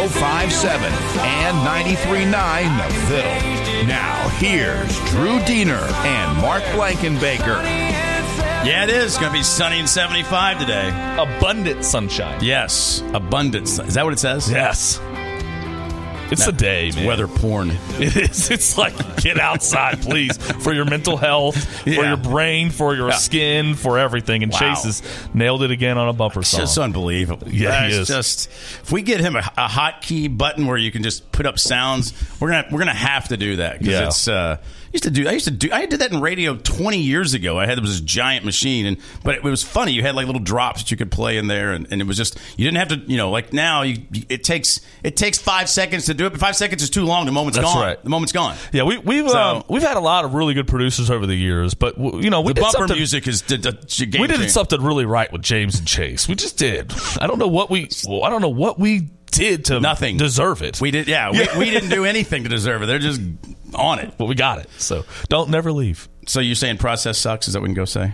[SPEAKER 1] 1057, and 939 The Fiddle. Now, here's Drew Diener and Mark Blankenbaker.
[SPEAKER 2] Yeah, it is. It's going to be sunny and 75 today.
[SPEAKER 3] Abundant sunshine.
[SPEAKER 2] Yes, abundance. Is that what it says?
[SPEAKER 3] Yes. It's the day,
[SPEAKER 2] It's
[SPEAKER 3] man.
[SPEAKER 2] weather porn.
[SPEAKER 3] It is. It's like get outside, please, for your mental health, for
[SPEAKER 2] Yeah.
[SPEAKER 3] your brain, for your
[SPEAKER 2] Yeah.
[SPEAKER 3] skin, for everything. And
[SPEAKER 2] Wow.
[SPEAKER 3] Chase has nailed it again on a bumper
[SPEAKER 2] It's
[SPEAKER 3] song.
[SPEAKER 2] just unbelievable.
[SPEAKER 3] Yeah,
[SPEAKER 2] That's
[SPEAKER 3] he is.
[SPEAKER 2] just if we get him a, a hotkey button where you can just put up sounds, we're gonna we're gonna have to do that. 'cause
[SPEAKER 3] Yeah.
[SPEAKER 2] it's uh, I used to do I used to do I did that in radio twenty years ago. I had it was this giant machine, and but it was funny. You had like little drops that you could play in there, and, and it was just you didn't have to you know like now you it takes it takes five seconds to do it, but five seconds is too long. The moment's
[SPEAKER 3] That's
[SPEAKER 2] gone.
[SPEAKER 3] right.
[SPEAKER 2] The moment's gone.
[SPEAKER 3] yeah, we, we've
[SPEAKER 2] So-
[SPEAKER 3] um, we've had a lot of really good producers over the years, but w- you know we
[SPEAKER 2] The
[SPEAKER 3] did
[SPEAKER 2] bumper
[SPEAKER 3] something-
[SPEAKER 2] music is did, did,
[SPEAKER 3] we did something really right with James and Chase. We just did. I don't know what we. Well, I don't know what we did to
[SPEAKER 2] Nothing.
[SPEAKER 3] deserve it.
[SPEAKER 2] We did yeah. We, we didn't do anything to deserve it. They're just on it.
[SPEAKER 3] but we got it. So don't never leave.
[SPEAKER 2] So you're saying process sucks? Is that what you can go say?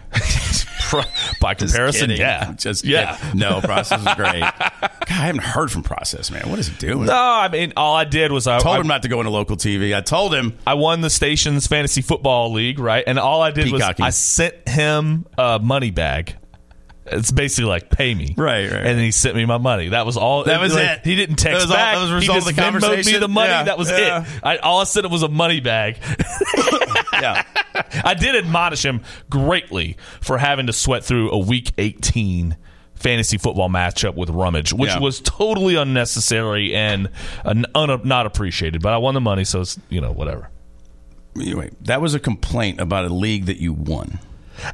[SPEAKER 3] Pro- By comparison,
[SPEAKER 2] kidding.
[SPEAKER 3] yeah,
[SPEAKER 2] Just
[SPEAKER 3] yeah.
[SPEAKER 2] kidding. No, process is great. God, I haven't heard from process, man. What is he doing?
[SPEAKER 3] No, I mean, all I did was I
[SPEAKER 2] told
[SPEAKER 3] I,
[SPEAKER 2] him not to go into local TV. I told him.
[SPEAKER 3] I won the station's fantasy football league, right? And all I did
[SPEAKER 2] Peacocking.
[SPEAKER 3] was I sent him a money bag. It's basically like pay me,
[SPEAKER 2] Right, right, right.
[SPEAKER 3] And he sent me my money. That was all.
[SPEAKER 2] That was
[SPEAKER 3] like,
[SPEAKER 2] it.
[SPEAKER 3] He didn't
[SPEAKER 2] That
[SPEAKER 3] text
[SPEAKER 2] was all-
[SPEAKER 3] back.
[SPEAKER 2] that was the
[SPEAKER 3] he
[SPEAKER 2] result of
[SPEAKER 3] just
[SPEAKER 2] the
[SPEAKER 3] Venmo'd me
[SPEAKER 2] conversation?
[SPEAKER 3] the money.
[SPEAKER 2] Yeah,
[SPEAKER 3] that was
[SPEAKER 2] yeah.
[SPEAKER 3] it. I, all I sent him was a money bag.
[SPEAKER 2] Yeah,
[SPEAKER 3] I did admonish him greatly for having to sweat through a week 18 fantasy football matchup with Rummage, which
[SPEAKER 2] Yeah.
[SPEAKER 3] was totally unnecessary and uh, un- not appreciated. But I won the money, so it's, you know, whatever.
[SPEAKER 2] anyway, that was a complaint about a league that you won.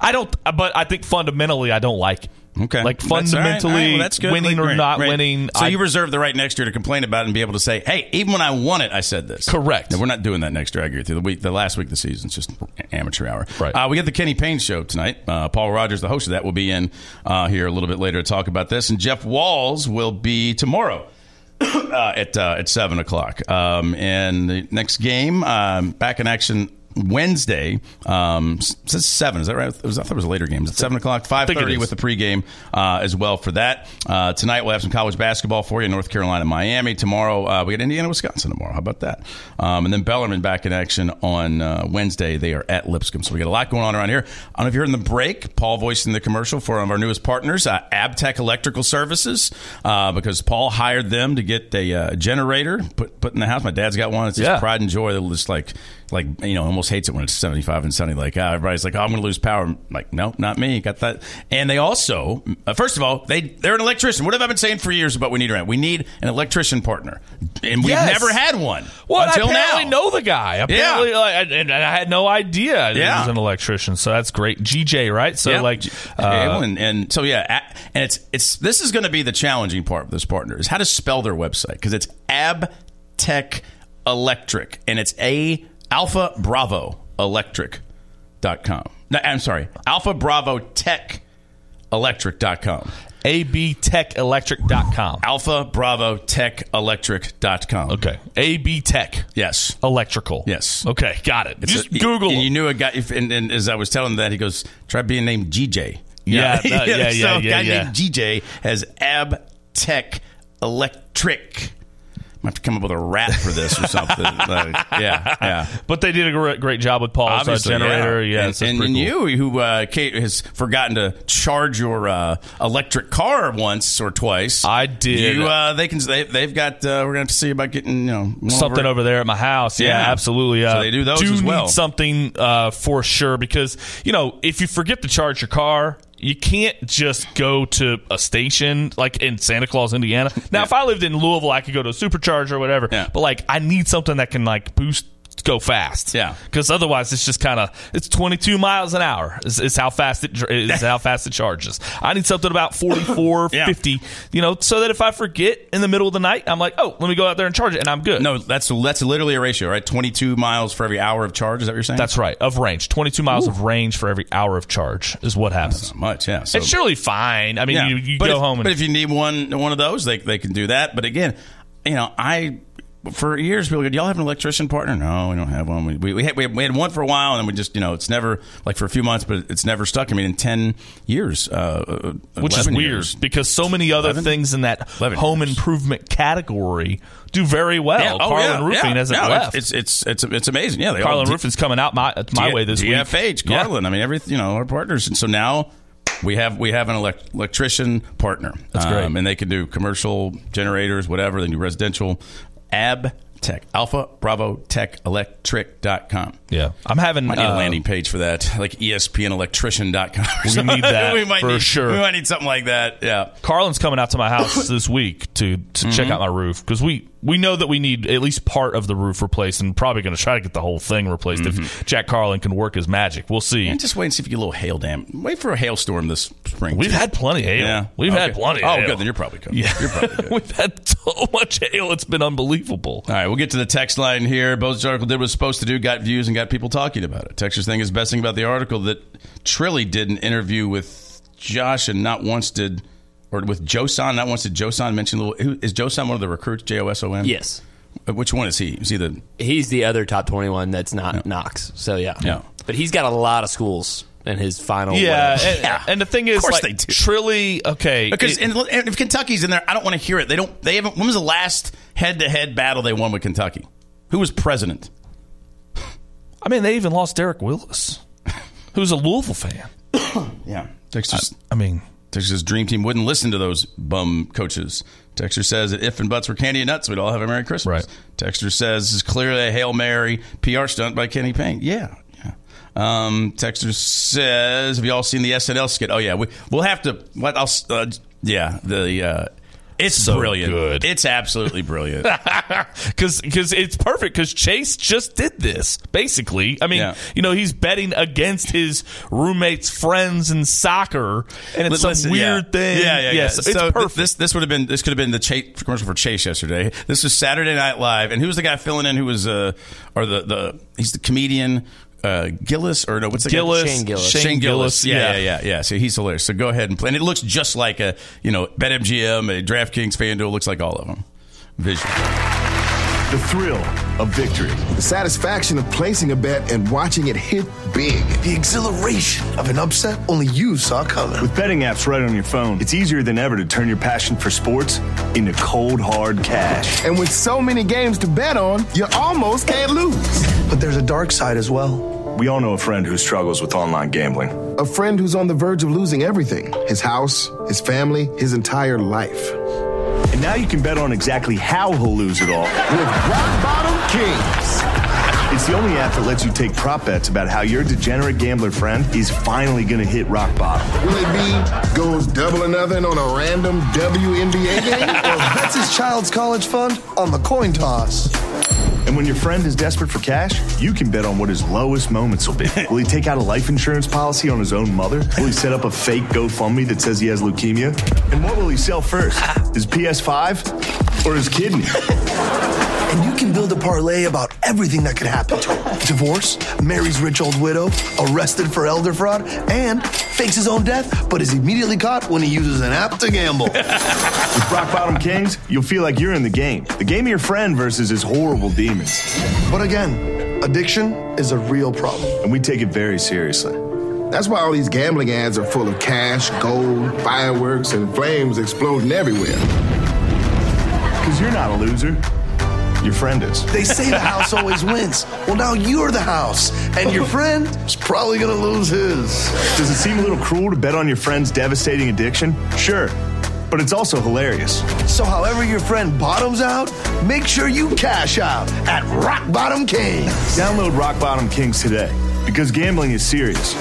[SPEAKER 3] I don't, but I think fundamentally, I don't like it.
[SPEAKER 2] Okay,
[SPEAKER 3] Like
[SPEAKER 2] That's- all right,
[SPEAKER 3] fundamentally,
[SPEAKER 2] all right, well, that's good.
[SPEAKER 3] winning or
[SPEAKER 2] Great,
[SPEAKER 3] not
[SPEAKER 2] great.
[SPEAKER 3] winning.
[SPEAKER 2] So
[SPEAKER 3] I,
[SPEAKER 2] you reserve the right next year to complain about it and be able to say, "Hey, even when I won it, I said this."
[SPEAKER 3] Correct.
[SPEAKER 2] No, we're not doing that next year. I agree with you. The week, the last week of the season, it's just amateur hour.
[SPEAKER 3] Right.
[SPEAKER 2] Uh, we got the Kenny Payne show tonight. Uh, Paul Rogers, the host of that, will be in uh, here a little bit later to talk about this, and Jeff Walls will be tomorrow. uh, at uh, at seven o'clock. Um, and the next game um, back in action Wednesday. Um, s- says seven. Is that right? It was- I thought it was a later game. It's seven o'clock, five
[SPEAKER 3] think it
[SPEAKER 2] thirty
[SPEAKER 3] is.
[SPEAKER 2] with the pregame uh, as well for that. Uh, tonight we'll have some college basketball for you. North Carolina, Miami. Tomorrow uh, we got Indiana, Wisconsin. Tomorrow, how about that? Um, and then Bellarmine back in action on uh, Wednesday. They are at Lipscomb. So we got a lot going on around here. I don't know if you heard in the break. Paul voiced in the commercial for one of our newest partners, uh, Abtech Electrical Services, uh, because Paul hired them to get a uh, generator put put in the house. My dad's got one. It's just
[SPEAKER 3] Yeah.
[SPEAKER 2] pride and joy. They'll just like like you know almost hates it when it's seventy five and sunny. Like ah, everybody's like, oh, I'm going to lose power. I'm like, no, not me. Got that. And they also, uh, first of all, they they're an electrician. What have I been saying for years about we need around? We need an electrician partner, and we've
[SPEAKER 3] Yes.
[SPEAKER 2] never had one
[SPEAKER 3] well,
[SPEAKER 2] until
[SPEAKER 3] I apparently
[SPEAKER 2] now.
[SPEAKER 3] know the guy. Apparently, like, and, and I had no idea that he
[SPEAKER 2] Yeah.
[SPEAKER 3] was an electrician. So that's great. GJ, right? So
[SPEAKER 2] Yeah.
[SPEAKER 3] like,
[SPEAKER 2] J-
[SPEAKER 3] uh,
[SPEAKER 2] Gable and, and so yeah, a- and it's it's this is going to be the challenging part of this partner is how to spell their website because it's Abtech Electric and it's a Alpha Bravo Electric dot com. No, I'm sorry, Alpha Bravo Tech Electric dot com.
[SPEAKER 3] abtechelectric.com.
[SPEAKER 2] Alpha Bravo Tech Electric dot com.
[SPEAKER 3] Okay. AB Tech.
[SPEAKER 2] Yes.
[SPEAKER 3] Electrical.
[SPEAKER 2] Yes.
[SPEAKER 3] Okay, got it.
[SPEAKER 2] It's
[SPEAKER 3] Just
[SPEAKER 2] a-
[SPEAKER 3] Google.
[SPEAKER 2] And
[SPEAKER 3] them.
[SPEAKER 2] you knew a guy, if- and, and as I was telling him that, he goes, try being named GJ.
[SPEAKER 3] Yeah, that- yeah, yeah,
[SPEAKER 2] So a
[SPEAKER 3] yeah,
[SPEAKER 2] guy
[SPEAKER 3] yeah.
[SPEAKER 2] named GJ has Ab Tech Electric. I have to come up with a rap for this or something. Like, yeah, yeah.
[SPEAKER 3] but they did a great, great job with Paul's uh,
[SPEAKER 2] Obviously,
[SPEAKER 3] generator. Yeah,
[SPEAKER 2] and,
[SPEAKER 3] so it's
[SPEAKER 2] and,
[SPEAKER 3] pretty
[SPEAKER 2] and
[SPEAKER 3] cool.
[SPEAKER 2] you, who uh, Kate has forgotten to charge your uh, electric car once or twice.
[SPEAKER 3] I did.
[SPEAKER 2] You, uh, they can. They, they've got. Uh, we're gonna have to see about getting you know one
[SPEAKER 3] Something over there at my house, yeah,
[SPEAKER 2] Yeah.
[SPEAKER 3] absolutely.
[SPEAKER 2] So
[SPEAKER 3] Uh,
[SPEAKER 2] they do those as well.
[SPEAKER 3] need something uh, for sure because you know if you forget to charge your car, you can't just go to a station like in Santa Claus, Indiana. Now, if I lived in Louisville, I could go to a supercharger or whatever.
[SPEAKER 2] Yeah.
[SPEAKER 3] But like, I need something that can like boost, go fast.
[SPEAKER 2] Yeah.
[SPEAKER 3] because otherwise it's just kind of it's 22 miles an hour is, is how fast it is how fast it charges i need something about 44
[SPEAKER 2] Yeah.
[SPEAKER 3] 50 you know so that if i forget in the middle of the night i'm like oh let me go out there and charge it and i'm good
[SPEAKER 2] No, that's that's literally a ratio, right? Twenty two miles for every hour of charge. Is that what you're saying?
[SPEAKER 3] that's right of range 22 miles of range for every hour of charge is what happens
[SPEAKER 2] not much. Yeah, so,
[SPEAKER 3] it's surely fine i mean
[SPEAKER 2] yeah.
[SPEAKER 3] you, you
[SPEAKER 2] but
[SPEAKER 3] go
[SPEAKER 2] if,
[SPEAKER 3] home and
[SPEAKER 2] but if you need one one of those, they they can do that. But again, you know, I for years, people go, "Do y'all have an electrician partner?" No, we don't have one. We we, we, had, we had- we had one for a while, and then we just you know it's never like for a few months, but it's never stuck. I mean, in ten years, uh, uh,
[SPEAKER 3] which is
[SPEAKER 2] 11
[SPEAKER 3] weird
[SPEAKER 2] years.
[SPEAKER 3] because so many other
[SPEAKER 2] 11?
[SPEAKER 3] things in that
[SPEAKER 2] 11
[SPEAKER 3] home
[SPEAKER 2] years.
[SPEAKER 3] improvement category do very well.
[SPEAKER 2] Yeah, oh,
[SPEAKER 3] Carlin
[SPEAKER 2] yeah,
[SPEAKER 3] Roofing
[SPEAKER 2] yeah,
[SPEAKER 3] hasn't
[SPEAKER 2] no,
[SPEAKER 3] left.
[SPEAKER 2] It's it's it's it's, it's amazing. Yeah, they all
[SPEAKER 3] Carlin
[SPEAKER 2] d-
[SPEAKER 3] Roofing's coming out my my
[SPEAKER 2] D-
[SPEAKER 3] way this week.
[SPEAKER 2] DFH,
[SPEAKER 3] Yeah.
[SPEAKER 2] Carlin. I mean, every you know our partners, and so now we have we have an elec- electrician partner. That's
[SPEAKER 3] great.
[SPEAKER 2] and they can do commercial generators, whatever. They can do residential. Ab Tech Alpha Bravo Tech Electric.com.
[SPEAKER 3] Yeah, I'm having
[SPEAKER 2] Might need a
[SPEAKER 3] uh,
[SPEAKER 2] landing page for that, like E ESPNElectrician.com. or
[SPEAKER 3] We
[SPEAKER 2] something.
[SPEAKER 3] need that
[SPEAKER 2] we might
[SPEAKER 3] for
[SPEAKER 2] need,
[SPEAKER 3] sure.
[SPEAKER 2] We might need something like that. Yeah.
[SPEAKER 3] Carlin's coming out to my house this week to, to check
[SPEAKER 2] Mm-hmm.
[SPEAKER 3] out my roof because we, we know that we need at least part of the roof replaced and probably going to try to get the whole thing replaced
[SPEAKER 2] Mm-hmm.
[SPEAKER 3] if Jack Carlin can work his magic. We'll see.
[SPEAKER 2] And just wait and see if you get a little hail dam. Wait for a hailstorm this spring.
[SPEAKER 3] We've
[SPEAKER 2] too.
[SPEAKER 3] had plenty of hail.
[SPEAKER 2] Yeah.
[SPEAKER 3] We've had
[SPEAKER 2] Okay.
[SPEAKER 3] plenty. Of
[SPEAKER 2] Oh,
[SPEAKER 3] hail.
[SPEAKER 2] good. Then you're probably good.
[SPEAKER 3] Yeah,
[SPEAKER 2] You're probably good.
[SPEAKER 3] we've had so much hail. It's been unbelievable.
[SPEAKER 2] All right, we'll get to the text line here. Bozo's article did what it was supposed to do, got views, and got people talking about it. Texter's thing is best thing about the article that Trilly did an interview with Josh and not once did, or with Joson, not once did Joson mention little. Who, is Joson one of the recruits? J O S O N? Uh,
[SPEAKER 4] Yes.
[SPEAKER 2] Which one is he? Is he the.
[SPEAKER 4] He's the other top 21 that's not Knox. So, yeah.
[SPEAKER 2] Yeah.
[SPEAKER 4] But he's got a lot of schools in his final.
[SPEAKER 3] Yeah,
[SPEAKER 4] whatever.
[SPEAKER 3] Uh, and, and the thing is,
[SPEAKER 2] course
[SPEAKER 3] like,
[SPEAKER 2] they do.
[SPEAKER 3] Trilly. Okay,
[SPEAKER 2] Because
[SPEAKER 3] it-
[SPEAKER 2] and, and if Kentucky's in there, I don't want to hear it. They don't. They haven't. When was the last head-to-head battle they won with Kentucky? Who was president?
[SPEAKER 3] I mean, they even lost Derek Willis, who's a Louisville fan.
[SPEAKER 2] Yeah, Texas.
[SPEAKER 3] I mean,
[SPEAKER 2] Texas Dream Team wouldn't listen to those bum coaches. Texter says that if and buts were candy and nuts, we'd all have a Merry Christmas.
[SPEAKER 3] Right.
[SPEAKER 2] Texter says this is clearly a Hail Mary PR stunt by Kenny Payne. Yeah. yeah. Um, Texter says, have you all seen the SNL skit? Oh, yeah. We, we'll have to. What I'll, s- uh, yeah. The, uh, it's brilliant.
[SPEAKER 3] good.
[SPEAKER 2] It's absolutely brilliant.
[SPEAKER 3] because it's perfect because Chase just did this basically. I mean,
[SPEAKER 2] Yeah.
[SPEAKER 3] you know, he's betting against his roommate's friends in soccer, and it's
[SPEAKER 2] Listen,
[SPEAKER 3] some weird
[SPEAKER 2] yeah.
[SPEAKER 3] thing.
[SPEAKER 2] Yeah, yeah, yeah.
[SPEAKER 3] Yes, it's
[SPEAKER 2] so
[SPEAKER 3] perfect.
[SPEAKER 2] This this would have been this could have been the Chase, commercial for Chase yesterday. This was Saturday Night Live, and who was the guy filling in? Who was uh or the the he's the comedian uh Gillis or no what's the
[SPEAKER 3] Gillis,
[SPEAKER 2] guy?
[SPEAKER 4] Shane Gillis.
[SPEAKER 2] Shane, Gillis. Yeah, yeah,
[SPEAKER 3] yeah.
[SPEAKER 2] yeah, yeah. So he's hilarious. So go ahead and play. And it looks just like a you know BetMGM, a DraftKings, FanDuel. Looks like all of them. Vision.
[SPEAKER 8] The thrill of victory. The satisfaction of placing a bet and watching it hit big. The exhilaration of an upset only you saw coming. With betting apps right on your phone, it's easier than ever to turn your passion for sports into cold, hard cash. And with so many games to bet on, you almost can't lose. But there's a dark side as well. We all know a friend who struggles with online gambling. A friend who's on the verge of losing everything his house, his family, his entire life. And now you can bet on exactly how he'll lose it all with Rock Bottom Kings. It's the only app that lets you take prop bets about how your degenerate gambler friend is finally going to hit rock bottom. Will it be goes double or nothing on a random WNBA game? or bets his child's college fund on the coin toss? And when your friend is desperate for cash, you can bet on what his lowest moments will be. Will he take out a life insurance policy on his own mother? Will he set up a fake GoFundMe that says he has leukemia? And what will he sell first? His PS5 or his kidney? And you can build a parlay about everything that could happen to him. Divorce, Mary's rich old widow, arrested for elder fraud, and fakes his own death, but is immediately caught when he uses an app to gamble. With Rock Bottom Kings, you'll feel like you're in the game. The game of your friend versus his horrible demons. But again, addiction is a real problem. And we take it very seriously. That's why all these gambling ads are full of cash, gold, fireworks, and flames exploding everywhere. Because you're not a loser. Your friend is. They say the house always wins. Well, now you're the house, and your friend is probably going to lose his. Does it seem a little cruel to bet on your friend's devastating addiction? Sure, but it's also hilarious. So, however your friend bottoms out, make sure you cash out at Rock Bottom Kings. Download Rock Bottom Kings today because gambling is serious.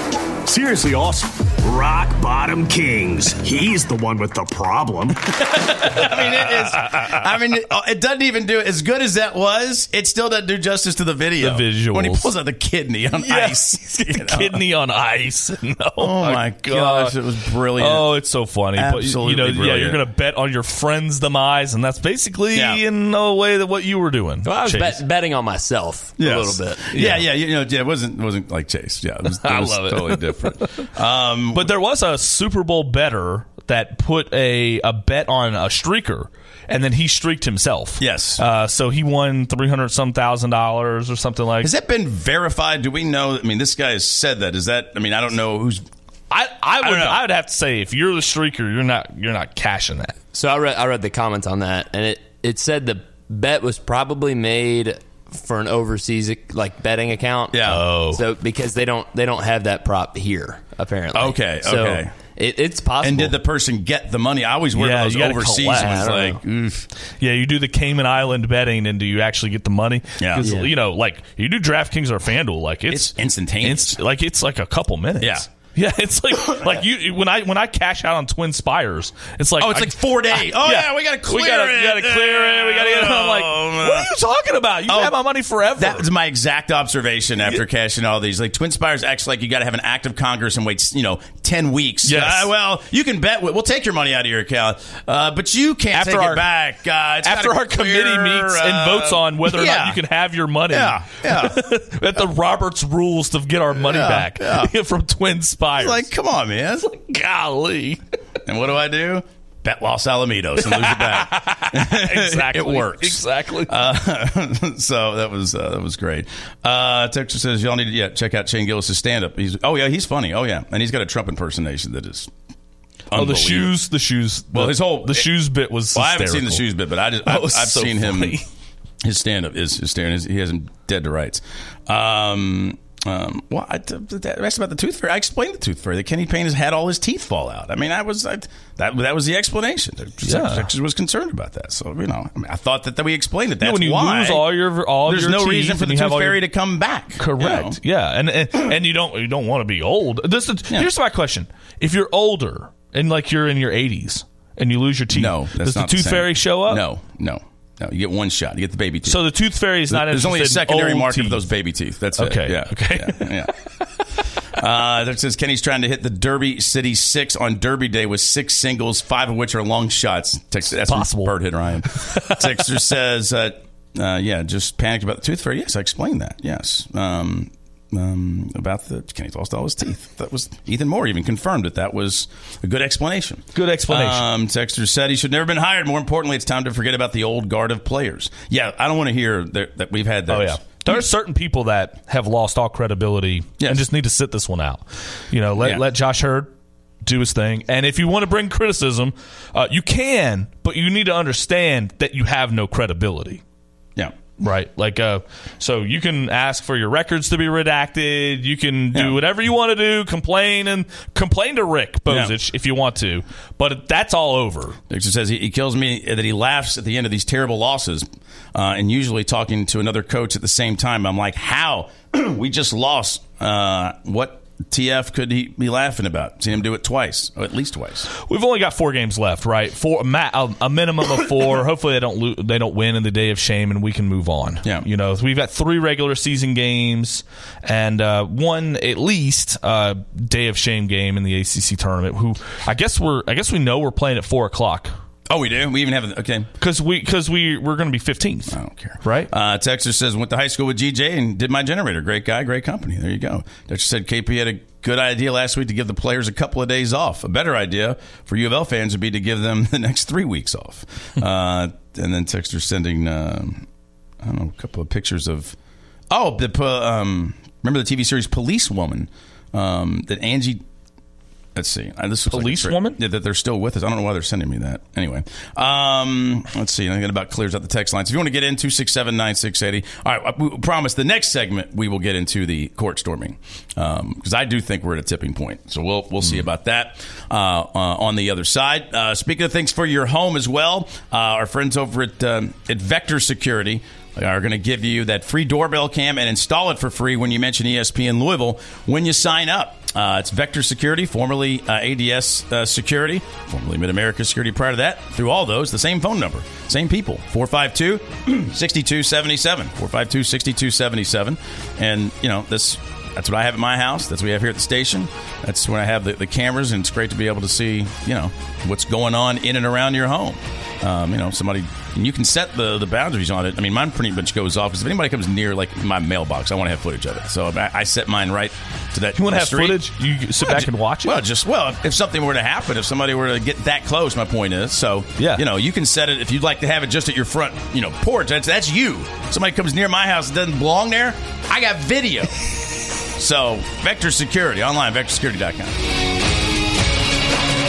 [SPEAKER 8] Seriously awesome.
[SPEAKER 7] Rock Bottom Kings. He's the one with the problem.
[SPEAKER 2] I mean, it is. I mean, it, it doesn't even do as good as that was. It still doesn't do justice to the video.
[SPEAKER 3] The visuals.
[SPEAKER 2] when he pulls out the kidney on ice. you know?
[SPEAKER 3] Kidney on ice. No,
[SPEAKER 2] Oh my gosh, it was brilliant.
[SPEAKER 3] Oh, it's so funny.
[SPEAKER 2] Absolutely
[SPEAKER 3] but, you know, yeah, you're
[SPEAKER 2] brilliant.
[SPEAKER 3] going to bet on your friend's demise, and that's basically
[SPEAKER 2] Yeah.
[SPEAKER 3] in a way that what you were doing.
[SPEAKER 4] Well, I was
[SPEAKER 3] Chase.
[SPEAKER 4] bet, betting on myself a
[SPEAKER 2] Yes.
[SPEAKER 4] little bit.
[SPEAKER 2] Yeah, yeah, you know, yeah, it wasn't wasn't like Chase. Yeah, it was, it
[SPEAKER 3] I
[SPEAKER 2] was
[SPEAKER 3] love it.
[SPEAKER 2] Totally different. Um,
[SPEAKER 3] But there was a Super Bowl better that put a, a bet on a streaker. and then he streaked himself.
[SPEAKER 2] Yes.
[SPEAKER 3] Uh, so he won three hundred some thousand dollars or something like.
[SPEAKER 2] Has that been verified? Do we know? I mean, this guy has said that. Is that? I mean, I don't know who's.
[SPEAKER 3] I I
[SPEAKER 2] don't
[SPEAKER 3] would
[SPEAKER 2] know.
[SPEAKER 3] I, would have to say if you're the streaker, you're not you're not cashing that.
[SPEAKER 4] So I read I read the comments on that, and it it said the bet was probably made for an overseas like betting account. Yeah.
[SPEAKER 2] Oh.
[SPEAKER 4] So because they don't they don't have that prop here apparently.
[SPEAKER 2] Okay,
[SPEAKER 4] So
[SPEAKER 2] okay.
[SPEAKER 4] It, it's possible.
[SPEAKER 2] And did the person get the money? I always worry
[SPEAKER 3] Yeah,
[SPEAKER 2] about
[SPEAKER 3] you
[SPEAKER 2] those
[SPEAKER 3] gotta
[SPEAKER 2] overseas
[SPEAKER 3] collect. I
[SPEAKER 2] ones.
[SPEAKER 3] don't
[SPEAKER 2] Like, oof.
[SPEAKER 3] Yeah, you do the Cayman Island betting, and do you actually get the money?
[SPEAKER 2] Yeah.
[SPEAKER 3] 'Cause,
[SPEAKER 2] Yeah.
[SPEAKER 3] you know, like you do DraftKings or FanDuel, like it's,
[SPEAKER 2] It's instantaneous.
[SPEAKER 3] it's- like it's like a couple minutes.
[SPEAKER 2] Yeah.
[SPEAKER 3] Yeah, it's like like you when I when I cash out on Twin Spires, it's like
[SPEAKER 2] Oh, it's
[SPEAKER 3] I-
[SPEAKER 2] like four days. Oh, yeah, we gotta
[SPEAKER 3] we
[SPEAKER 2] clear
[SPEAKER 3] gotta,
[SPEAKER 2] it.
[SPEAKER 3] We gotta clear it. We gotta get it. I'm like,
[SPEAKER 2] Oh,
[SPEAKER 3] what are you talking about? You
[SPEAKER 2] Oh,
[SPEAKER 3] can have my money forever.
[SPEAKER 2] That was my exact observation after cashing all these. Like Twin Spires acts like you got to have an act of Congress and wait, you know, ten weeks.
[SPEAKER 3] Yes.
[SPEAKER 2] Uh, well, you can bet we- we'll take your money out of your account, uh, but you can't
[SPEAKER 3] After
[SPEAKER 2] take
[SPEAKER 3] our-
[SPEAKER 2] it back. Uh, it's
[SPEAKER 3] after
[SPEAKER 2] gotta
[SPEAKER 3] our
[SPEAKER 2] clear,
[SPEAKER 3] committee meets
[SPEAKER 2] uh,
[SPEAKER 3] and votes on whether or
[SPEAKER 2] yeah.
[SPEAKER 3] not you can have your money.
[SPEAKER 2] Yeah, yeah.
[SPEAKER 3] at the Roberts rules to get our money
[SPEAKER 2] Yeah,
[SPEAKER 3] back
[SPEAKER 2] yeah.
[SPEAKER 3] from Twin Spires.
[SPEAKER 2] Like, come on, man.
[SPEAKER 3] golly.
[SPEAKER 2] And what do I do? Bet Los Alamitos and lose it back.
[SPEAKER 3] exactly.
[SPEAKER 2] It works.
[SPEAKER 3] Exactly.
[SPEAKER 2] Uh, so that was uh, that was great. Uh, Texas says y'all need to yeah, check out Shane Gillis' stand up. He's oh yeah, he's funny. Oh yeah, and he's got a Trump impersonation that is.
[SPEAKER 3] oh, the
[SPEAKER 2] unbelievable.
[SPEAKER 3] shoes, the shoes.
[SPEAKER 2] Well, his whole-
[SPEAKER 3] the shoes bit was.
[SPEAKER 2] Well, I haven't seen
[SPEAKER 3] hysterical.
[SPEAKER 2] the shoes bit, but I just I,
[SPEAKER 3] That
[SPEAKER 2] I've
[SPEAKER 3] was so
[SPEAKER 2] seen him.
[SPEAKER 3] funny.
[SPEAKER 2] His stand up is hysterical. He has him dead to rights. Um, um, well, I, that, that's about the tooth fairy. I explained the tooth fairy that Kenny Payne has had all his teeth fall out. I mean, I was I, that that was the explanation.
[SPEAKER 3] Yeah.
[SPEAKER 2] Texas was concerned about that. So you know, I, mean, I thought that, that we explained it. That's
[SPEAKER 3] Yeah, when you
[SPEAKER 2] why
[SPEAKER 3] lose all your- all
[SPEAKER 2] there's
[SPEAKER 3] your
[SPEAKER 2] no
[SPEAKER 3] teeth
[SPEAKER 2] reason for
[SPEAKER 3] and
[SPEAKER 2] the
[SPEAKER 3] you have
[SPEAKER 2] tooth
[SPEAKER 3] all your-
[SPEAKER 2] fairy to come back.
[SPEAKER 3] Correct. Yeah, and, and and you don't you don't want to be old. This is, here's my question: If you're older and like you're in your 80s and you lose your teeth,
[SPEAKER 2] You know? No, that's
[SPEAKER 3] does the
[SPEAKER 2] not the
[SPEAKER 3] tooth
[SPEAKER 2] same.
[SPEAKER 3] fairy show up?
[SPEAKER 2] No, no, no. You get one shot. You get the baby teeth.
[SPEAKER 3] So the tooth fairy is not.
[SPEAKER 2] There's only a
[SPEAKER 3] interested in
[SPEAKER 2] secondary
[SPEAKER 3] old
[SPEAKER 2] market
[SPEAKER 3] teeth.
[SPEAKER 2] of those baby teeth. That's
[SPEAKER 3] Okay,
[SPEAKER 2] It. Yeah.
[SPEAKER 3] okay.
[SPEAKER 2] Yeah. yeah. uh, there it says Kenny's trying to hit the Derby City Six on Derby Day with six singles, five of which are long shots. Tex- that's from
[SPEAKER 3] Possible.
[SPEAKER 2] Bird hit Ryan. Texter says, uh, uh, "Yeah, just panicked about the tooth fairy." Yes, I explained that. Yes. Um, um, about the Kenny's lost all his teeth. That was Ethan Moore even confirmed that that was a good explanation.
[SPEAKER 3] Good explanation.
[SPEAKER 2] Um, Texter said he should never been hired. More importantly, it's time to forget about the old guard of players. Yeah, I don't want to hear that, that we've had. Those.
[SPEAKER 3] Oh yeah. There are certain people that have lost all credibility
[SPEAKER 2] Yes.
[SPEAKER 3] and just need to sit this one out. You know, let,
[SPEAKER 2] Yeah.
[SPEAKER 3] let Josh Hurd do his thing. And if you want to bring criticism, uh, you can, but you need to understand that you have no credibility.
[SPEAKER 2] Yeah.
[SPEAKER 3] Right. Like, uh, so you can ask for your records to be redacted. You can do
[SPEAKER 2] Yeah.
[SPEAKER 3] whatever you want to do, complain and complain to Rick Bozich if you want to. But that's all over.
[SPEAKER 2] Dixon says he, he kills me that he laughs at the end of these terrible losses, uh, and usually talking to another coach at the same time. I'm like, how we just lost? Uh, what TF could he be laughing about? Seen him do it twice, or at least twice.
[SPEAKER 3] We've only got four games left, right? Four, ma- a, a minimum of four. Hopefully, they don't lo- they don't win in the day of shame, and we can move on.
[SPEAKER 2] Yeah.
[SPEAKER 3] you know, we've got three regular season games and uh, one at least uh, day of shame game in the ACC tournament. Who I guess we're I guess we know we're playing at four o'clock
[SPEAKER 2] Oh, we do. We even have okay.
[SPEAKER 3] because we because we we're going to be fifteenth.
[SPEAKER 2] I don't care.
[SPEAKER 3] Right.
[SPEAKER 2] Uh, Texter says, went to high school with GJ and did my generator. Great guy, great company. There you go. Texter said, KP had a good idea last week to give the players a couple of days off. A better idea for U of L fans would be to give them the next three weeks off. uh, and then Texter sending, um I don't know, a couple of pictures of, oh, the po- um, remember the TV series Police Woman um, that Angie. Let's see. Uh, This looks like a
[SPEAKER 3] Police
[SPEAKER 2] trick.
[SPEAKER 3] woman?
[SPEAKER 2] Yeah, that they're still with us. I don't know why they're sending me that. Anyway, um, let's see. I think that about clears out the text lines. If you want to get in, 267 9680. All right, I- we promise the next segment we will get into the court storming because I do think we're at a tipping point. So we'll we'll
[SPEAKER 3] Hmm.
[SPEAKER 2] see about that uh, uh, on the other side. Uh, speaking of things for your home as well, uh, our friends over at, um, at Vector Security are going to give you that free doorbell cam and install it for free when you mention E ESPN Louisville when you sign up. Uh, it's Vector Security, formerly uh, ADS uh, Security, formerly Mid America Security prior to that. Through all those, the same phone number, same people 452 6277. 452 6277. And, you know, this. That's what I have at my house. That's what we have here at the station. That's when I have the, the cameras, and it's great to be able to see, you know, what's going on in and around your home. Um, you know, somebody and you can set the, the boundaries on it. I mean, mine pretty much goes off because if anybody comes near like my mailbox, I want to have footage of it. So I, I set mine right to that.
[SPEAKER 3] You wanna have
[SPEAKER 2] street.
[SPEAKER 3] footage? You sit
[SPEAKER 2] Well,
[SPEAKER 3] back
[SPEAKER 2] ju-
[SPEAKER 3] and watch it?
[SPEAKER 2] Well, just well, if- if something were to happen, if somebody were to get that close, my point is, so yeah, you know, you can set it if you'd like to have it just at your front, you know, porch. That's that's you. Somebody comes near my house, that doesn't belong there. I got video. so Vector Security online, vectorsecurity.com.